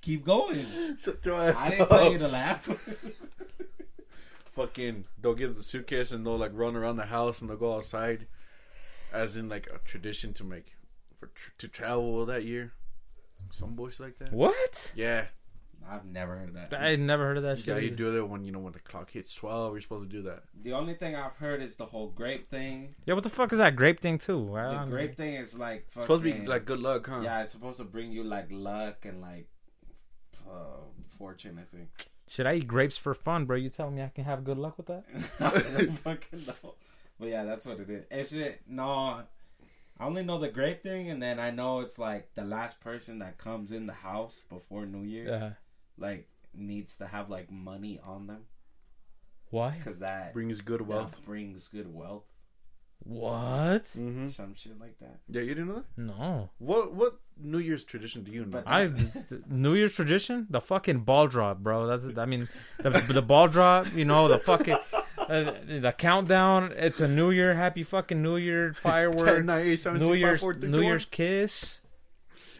Speaker 2: Keep going.
Speaker 3: shut your ass
Speaker 2: I didn't
Speaker 3: up.
Speaker 2: tell you to laugh.
Speaker 3: fucking they'll get the suitcase and they'll like run around the house and they'll go outside as in like a tradition to make for tr- to travel that year some bullshit like that
Speaker 1: What?
Speaker 3: yeah
Speaker 2: I've never heard that.
Speaker 1: I had never heard of that shit.
Speaker 3: yeah you
Speaker 1: either.
Speaker 3: do that when you know when the clock hits 12 you're supposed to do that
Speaker 2: The only thing I've heard is the whole grape thing.
Speaker 1: Yeah, what the fuck is that grape thing too? I
Speaker 2: The
Speaker 1: don't
Speaker 2: grape thing is like fucking,
Speaker 3: supposed to be like uh. good luck huh
Speaker 2: yeah, it's supposed to bring you like luck and like uh, fortune. I think.
Speaker 1: Should I eat grapes for fun, bro? You telling me I can have good luck with that?
Speaker 2: I don't fucking know. But yeah, that's what it is. It's just, no, I only know the grape thing, and then I know it's like the last person that comes in the house before New Year's,
Speaker 1: Yeah.
Speaker 2: like needs to have like money on them
Speaker 1: Why?
Speaker 2: because that,
Speaker 3: brings good wealth
Speaker 2: that brings good wealth,
Speaker 1: What?
Speaker 3: hmm
Speaker 2: some shit like that.
Speaker 3: yeah you didn't know that
Speaker 1: No.
Speaker 3: what what new year's tradition do you know
Speaker 2: But-
Speaker 1: I th- New Year's tradition, the fucking ball drop, bro. That's I mean, the, the ball drop. You know, the fucking uh, the countdown. It's a New Year. Happy fucking New Year fireworks.
Speaker 3: 10, 9, 8, 7,
Speaker 1: New
Speaker 3: 6, 5,
Speaker 1: Year's
Speaker 3: 4, 3, 2,
Speaker 1: New Year's kiss.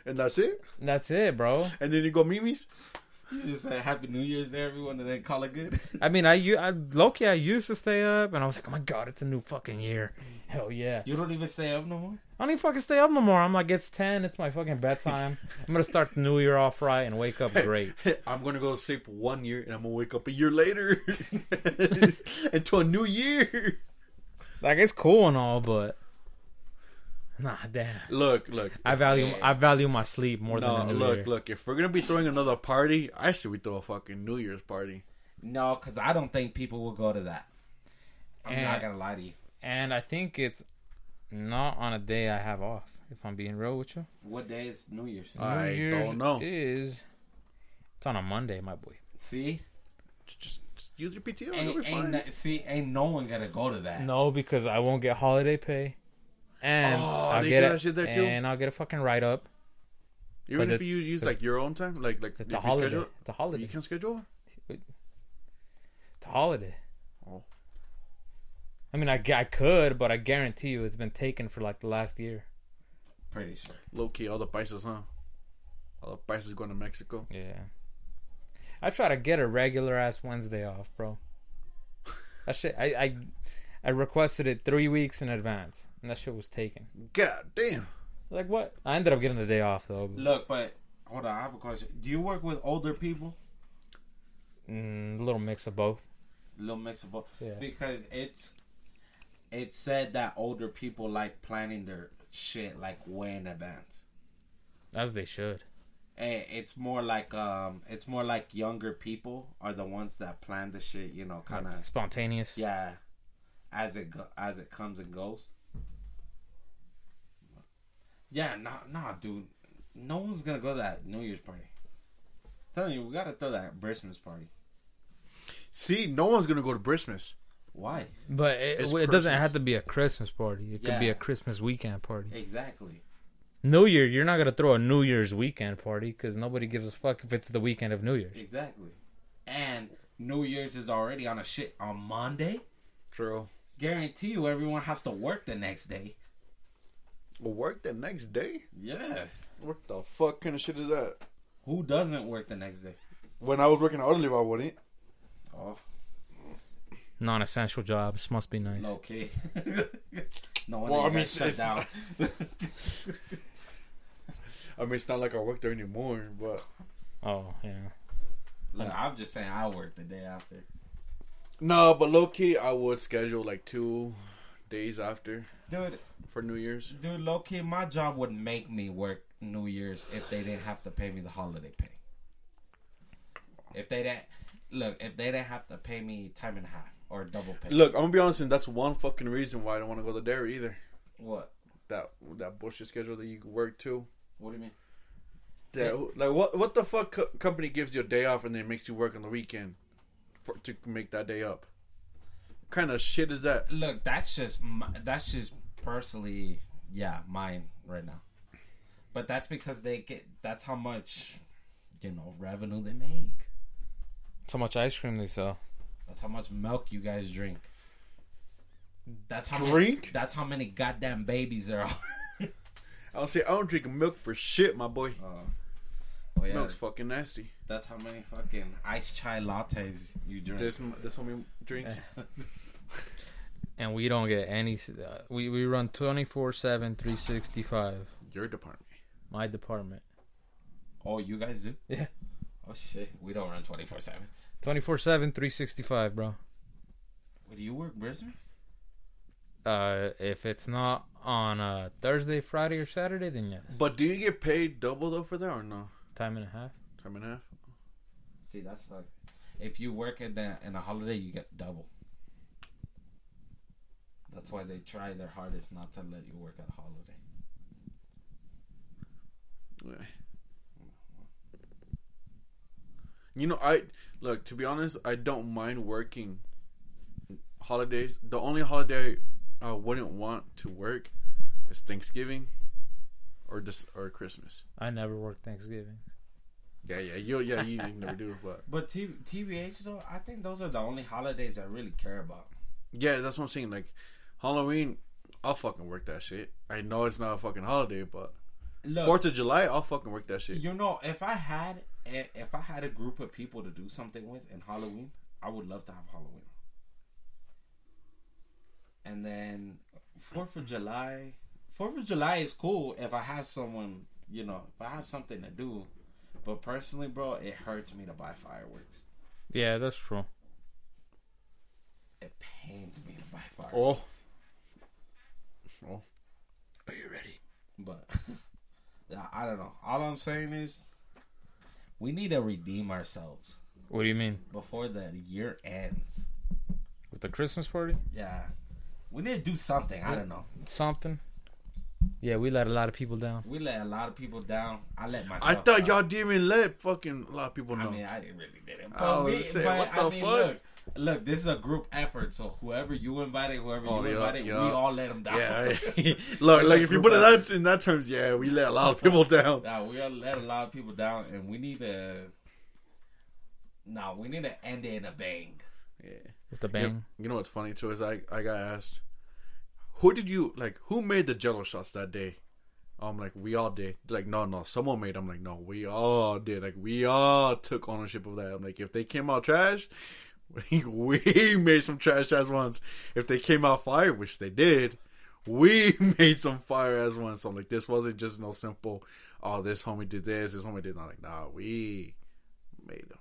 Speaker 3: and that's it
Speaker 1: That's it, bro.
Speaker 3: and then you go mimis
Speaker 2: You just say Happy New Year's to everyone, and then call it good.
Speaker 1: I mean, I you I Loki. I used to stay up, and I was like, oh my god, it's a new fucking year. Hell yeah.
Speaker 2: you don't even stay up no more.
Speaker 1: I don't even fucking stay up no more. I'm like, it's ten. It's my fucking bedtime. I'm gonna start the New Year off right and wake up great.
Speaker 3: I'm gonna go sleep one year and I'm gonna wake up a year later into a new year.
Speaker 1: Like it's cool and all, but nah, damn.
Speaker 3: Look, look,
Speaker 1: I value I value my sleep more
Speaker 3: no,
Speaker 1: than the New
Speaker 3: look,
Speaker 1: Year.
Speaker 3: look. If we're gonna be throwing another party, I say we throw a fucking New Year's party.
Speaker 2: No, because I don't think people will go to that. I'm not
Speaker 1: And-
Speaker 2: gonna lie to you.
Speaker 1: And I think it's not on a day I have off. If I'm being real with you,
Speaker 2: What day is New Year's?
Speaker 3: I
Speaker 1: New Year's
Speaker 3: don't know.
Speaker 1: Is it's on a Monday, my boy.
Speaker 2: See,
Speaker 3: Just, just use your PTO. Ain't,
Speaker 2: ain't, ain't no- see, ain't no one gonna go to that.
Speaker 1: No, because I won't get holiday pay, and
Speaker 3: Oh,
Speaker 1: I'll
Speaker 3: they
Speaker 1: get
Speaker 3: do
Speaker 1: a-
Speaker 3: that shit there too?
Speaker 1: and I'll get a fucking write up.
Speaker 3: Even
Speaker 1: but
Speaker 3: if
Speaker 1: it-
Speaker 3: you use like your own time, like like
Speaker 1: It's
Speaker 3: if
Speaker 1: a
Speaker 3: you
Speaker 1: holiday.
Speaker 3: schedule,
Speaker 1: It's a holiday.
Speaker 3: you can schedule.
Speaker 1: It's a holiday.
Speaker 3: Oh.
Speaker 1: I mean, I, gu- I could, but I guarantee you, it's been taken for like the last year.
Speaker 2: Pretty sure.
Speaker 3: Low key, all the paisas, huh? All the paisas going to Mexico.
Speaker 1: Yeah. I try to get a regular ass Wednesday off, bro. That shit, I, I, I requested it three weeks in advance, and that shit was taken.
Speaker 3: God damn.
Speaker 1: Like what? I ended up getting the day off though.
Speaker 2: Look, but hold on, I have a question. Do you work with older people?
Speaker 1: Mm, a little mix of both.
Speaker 2: little mix of both.
Speaker 1: Yeah.
Speaker 2: Because it's it's said that older people like planning their shit like way in advance.
Speaker 1: As they should.
Speaker 2: Eh, It's more like um, it's more like younger people are the ones that plan the shit. You know, kind of
Speaker 1: Spontaneous.
Speaker 2: yeah, as it go- as it comes and goes. Yeah, nah, nah, dude. No one's gonna go to that New Year's party. telling you, we gotta throw that Christmas party.
Speaker 3: See, no one's gonna go to Christmas.
Speaker 2: Why?
Speaker 1: But it,
Speaker 3: It's
Speaker 1: well, it doesn't
Speaker 3: Christmas.
Speaker 1: have to be a Christmas party. It could be
Speaker 2: Yeah.
Speaker 1: a Christmas weekend party.
Speaker 2: Exactly.
Speaker 1: New Year, you're not gonna throw a New Year's weekend party because nobody gives a fuck if it's the weekend of New Year's.
Speaker 2: Exactly. And New Year's is already on a shit on Monday.
Speaker 3: True.
Speaker 2: Guarantee you, everyone has to work the next day.
Speaker 3: Work the next day?
Speaker 2: Yeah.
Speaker 3: What the fuck kind of shit is that?
Speaker 2: Who doesn't work the next day?
Speaker 3: When I was working at Olive, I wouldn't.
Speaker 2: Oh,
Speaker 1: Non-essential jobs must be nice.
Speaker 2: low key. no one
Speaker 3: Well, I
Speaker 2: well,
Speaker 3: mean,
Speaker 2: shut
Speaker 3: it's-
Speaker 2: down.
Speaker 3: I mean, it's not like I work there anymore, but
Speaker 1: Oh yeah.
Speaker 2: Look, I'm just saying, I work the day after.
Speaker 3: no, but low key, I would schedule like two days after
Speaker 2: Dude,
Speaker 3: for New Year's.
Speaker 2: dude, low key, my job would make me work New Year's if they didn't have to pay me the holiday pay. If they didn't look, if they didn't have to pay me time and a half or double pay.
Speaker 3: Look, I'm gonna be honest, and that's one fucking reason why I don't want to go to there either.
Speaker 2: what?
Speaker 3: That that bullshit schedule that you work to.
Speaker 2: What do you mean?
Speaker 3: That, like what what the fuck co- company gives you a day off and then makes you work on the weekend for, to make that day up? What kind of shit is that?
Speaker 2: Look, that's just my, that's just personally, yeah, mine right now. But that's because they get that's how much, you know, revenue they make.
Speaker 1: That's how much ice cream they sell.
Speaker 2: That's how much milk you guys drink. That's how Many,
Speaker 3: Drink?
Speaker 2: that's how many goddamn babies there are.
Speaker 3: I don't say I don't drink milk for shit, my boy.
Speaker 2: Oh. Oh, yeah.
Speaker 3: Milk's fucking nasty.
Speaker 2: That's how many fucking iced chai lattes you drink.
Speaker 3: This this homie drinks.
Speaker 1: And we don't get any. s- Uh, we we run 24/7, 365.
Speaker 3: Your department.
Speaker 1: My department.
Speaker 2: oh, you guys do?
Speaker 1: Yeah.
Speaker 2: Oh shit, we don't run twenty four seven.
Speaker 1: 24/7, 365, bro.
Speaker 2: Do you work Christmas?
Speaker 1: Uh, if it's not on uh, Thursday, Friday, or Saturday, then yes.
Speaker 3: But do you get paid double though for that or no?
Speaker 1: Time and a half.
Speaker 3: Time and a half.
Speaker 2: See, that's like, if you work in the in a holiday, you get double. That's why they try their hardest not to let you work at a holiday.
Speaker 3: Yeah. You know, I look to be honest. I don't mind working holidays. The only holiday I wouldn't want to work is Thanksgiving or this or Christmas.
Speaker 1: I never work Thanksgiving.
Speaker 3: Yeah, yeah, you, yeah, you never do, but
Speaker 2: But T- TBH though, I think those are the only holidays I really care about.
Speaker 3: yeah, that's what I'm saying. Like Halloween, I'll fucking work that shit. I know it's not a fucking holiday, but
Speaker 2: Look,
Speaker 3: Fourth of July, I'll fucking work that shit.
Speaker 2: you know, if I had i- if I had a group of people to do something with in Halloween, I would love to have Halloween. And then Fourth of July, Fourth of July is cool if I have someone, you know, if I have something to do. But personally, bro, it hurts me to buy fireworks.
Speaker 1: Yeah, that's true.
Speaker 2: It pains me to buy fireworks.
Speaker 3: Oh. Oh. Are you ready?
Speaker 2: But yeah, I don't know. All I'm saying is, we need to redeem ourselves
Speaker 1: What do you mean
Speaker 2: before the year ends.
Speaker 1: with the Christmas party?
Speaker 2: Yeah. We need to do something. I don't know.
Speaker 1: Something. Yeah, we let a lot of people down.
Speaker 2: We let a lot of people down. I let myself
Speaker 3: I thought
Speaker 2: down.
Speaker 3: y'all didn't even let fucking a lot of people know.
Speaker 2: I mean, I didn't really did it. But
Speaker 3: I was
Speaker 2: we,
Speaker 3: saying,
Speaker 2: but
Speaker 3: what
Speaker 2: I
Speaker 3: the
Speaker 2: mean,
Speaker 3: fuck?
Speaker 2: Look, look, this is a group effort. So whoever you invited, whoever
Speaker 3: Oh,
Speaker 2: you
Speaker 3: yeah,
Speaker 2: invited, we
Speaker 3: yeah.
Speaker 2: all let them down.
Speaker 3: yeah, I-
Speaker 2: It's
Speaker 3: look,
Speaker 2: a
Speaker 3: like if you
Speaker 2: group
Speaker 3: put it
Speaker 2: effort.
Speaker 3: that in that terms, yeah, we let a lot of people down.
Speaker 2: Nah, we all let a lot of people down, and we need to. Nah, we need to end it in a bang.
Speaker 1: With the
Speaker 3: You,
Speaker 1: bang.
Speaker 3: know, you know what's funny too is I I got asked, who did you like? Who made the Jello shots that day? I'm like, we all did. They're like, no, no, someone made. I'm like, no, we all did. Like, we all took ownership of that. I'm like, if they came out trash, we made some trash ass ones. If they came out fire, which they did, we made some fire ass ones. So I'm like, this wasn't just no simple. Oh, this homie did this. This homie did not. Like, nah, we made them.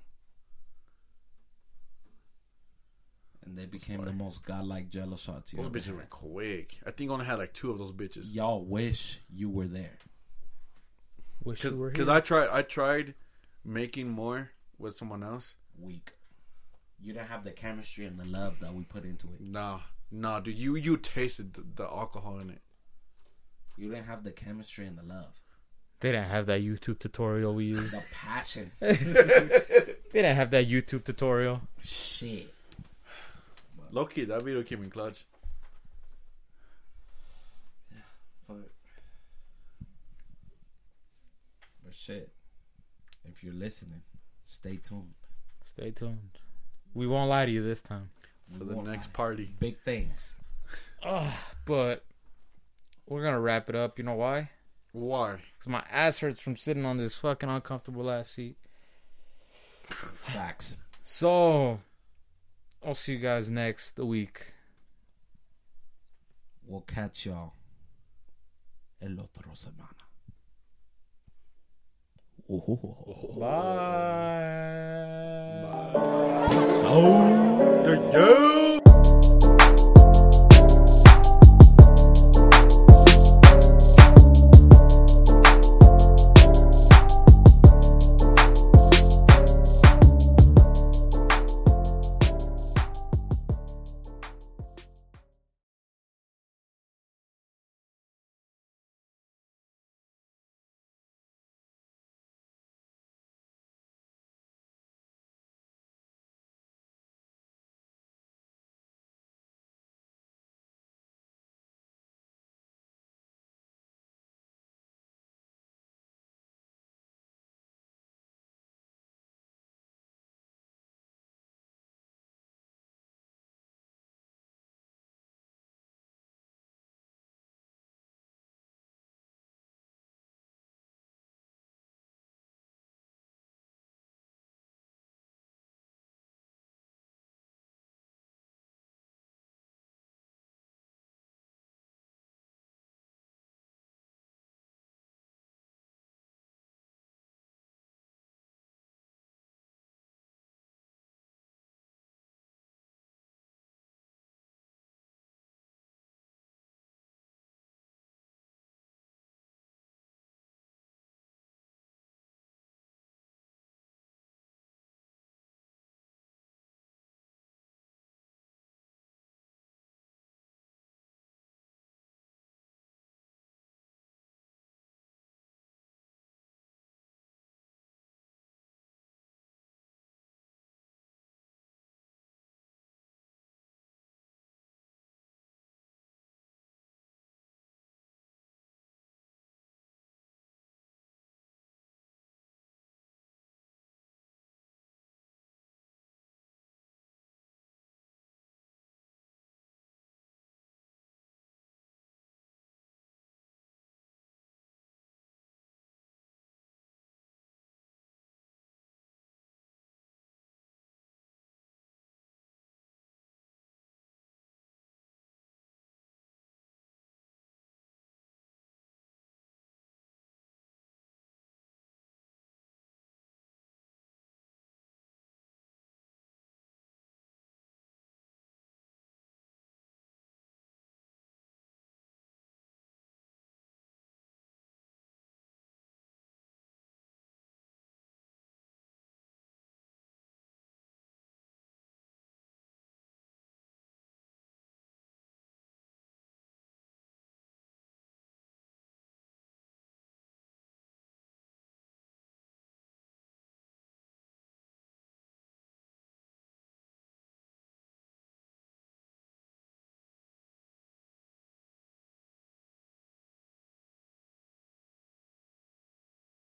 Speaker 2: And they became the most godlike jello shots you
Speaker 3: Those
Speaker 2: ever
Speaker 3: bitches went quick. I think I only had like two of those bitches.
Speaker 2: had. Y'all wish you were there.
Speaker 1: Wish you were
Speaker 3: Because
Speaker 1: here.
Speaker 3: I tried, I tried making more with someone else.
Speaker 2: Weak. You don't have the chemistry and the love that we put into it.
Speaker 3: Nah, nah, dude, you you tasted the, the alcohol in it.
Speaker 2: You didn't have the chemistry and the love,
Speaker 1: They didn't have that YouTube tutorial we used.
Speaker 2: the passion.
Speaker 1: They didn't have that YouTube tutorial.
Speaker 2: Shit.
Speaker 3: Loki, that video came in clutch.
Speaker 2: But, but shit, if you're listening, stay tuned.
Speaker 1: Stay tuned. We won't lie to you this time.
Speaker 3: for
Speaker 2: We
Speaker 3: the
Speaker 2: won't
Speaker 3: next
Speaker 2: lie.
Speaker 3: party.
Speaker 2: big things.
Speaker 1: Ugh, but we're gonna wrap it up. You know why?
Speaker 3: Why?
Speaker 1: Cause my ass hurts from sitting on this fucking uncomfortable ass seat.
Speaker 2: Facts.
Speaker 1: So I'll see you guys next week.
Speaker 2: We'll catch y'all el otro semana.
Speaker 1: Bye.
Speaker 3: The dude.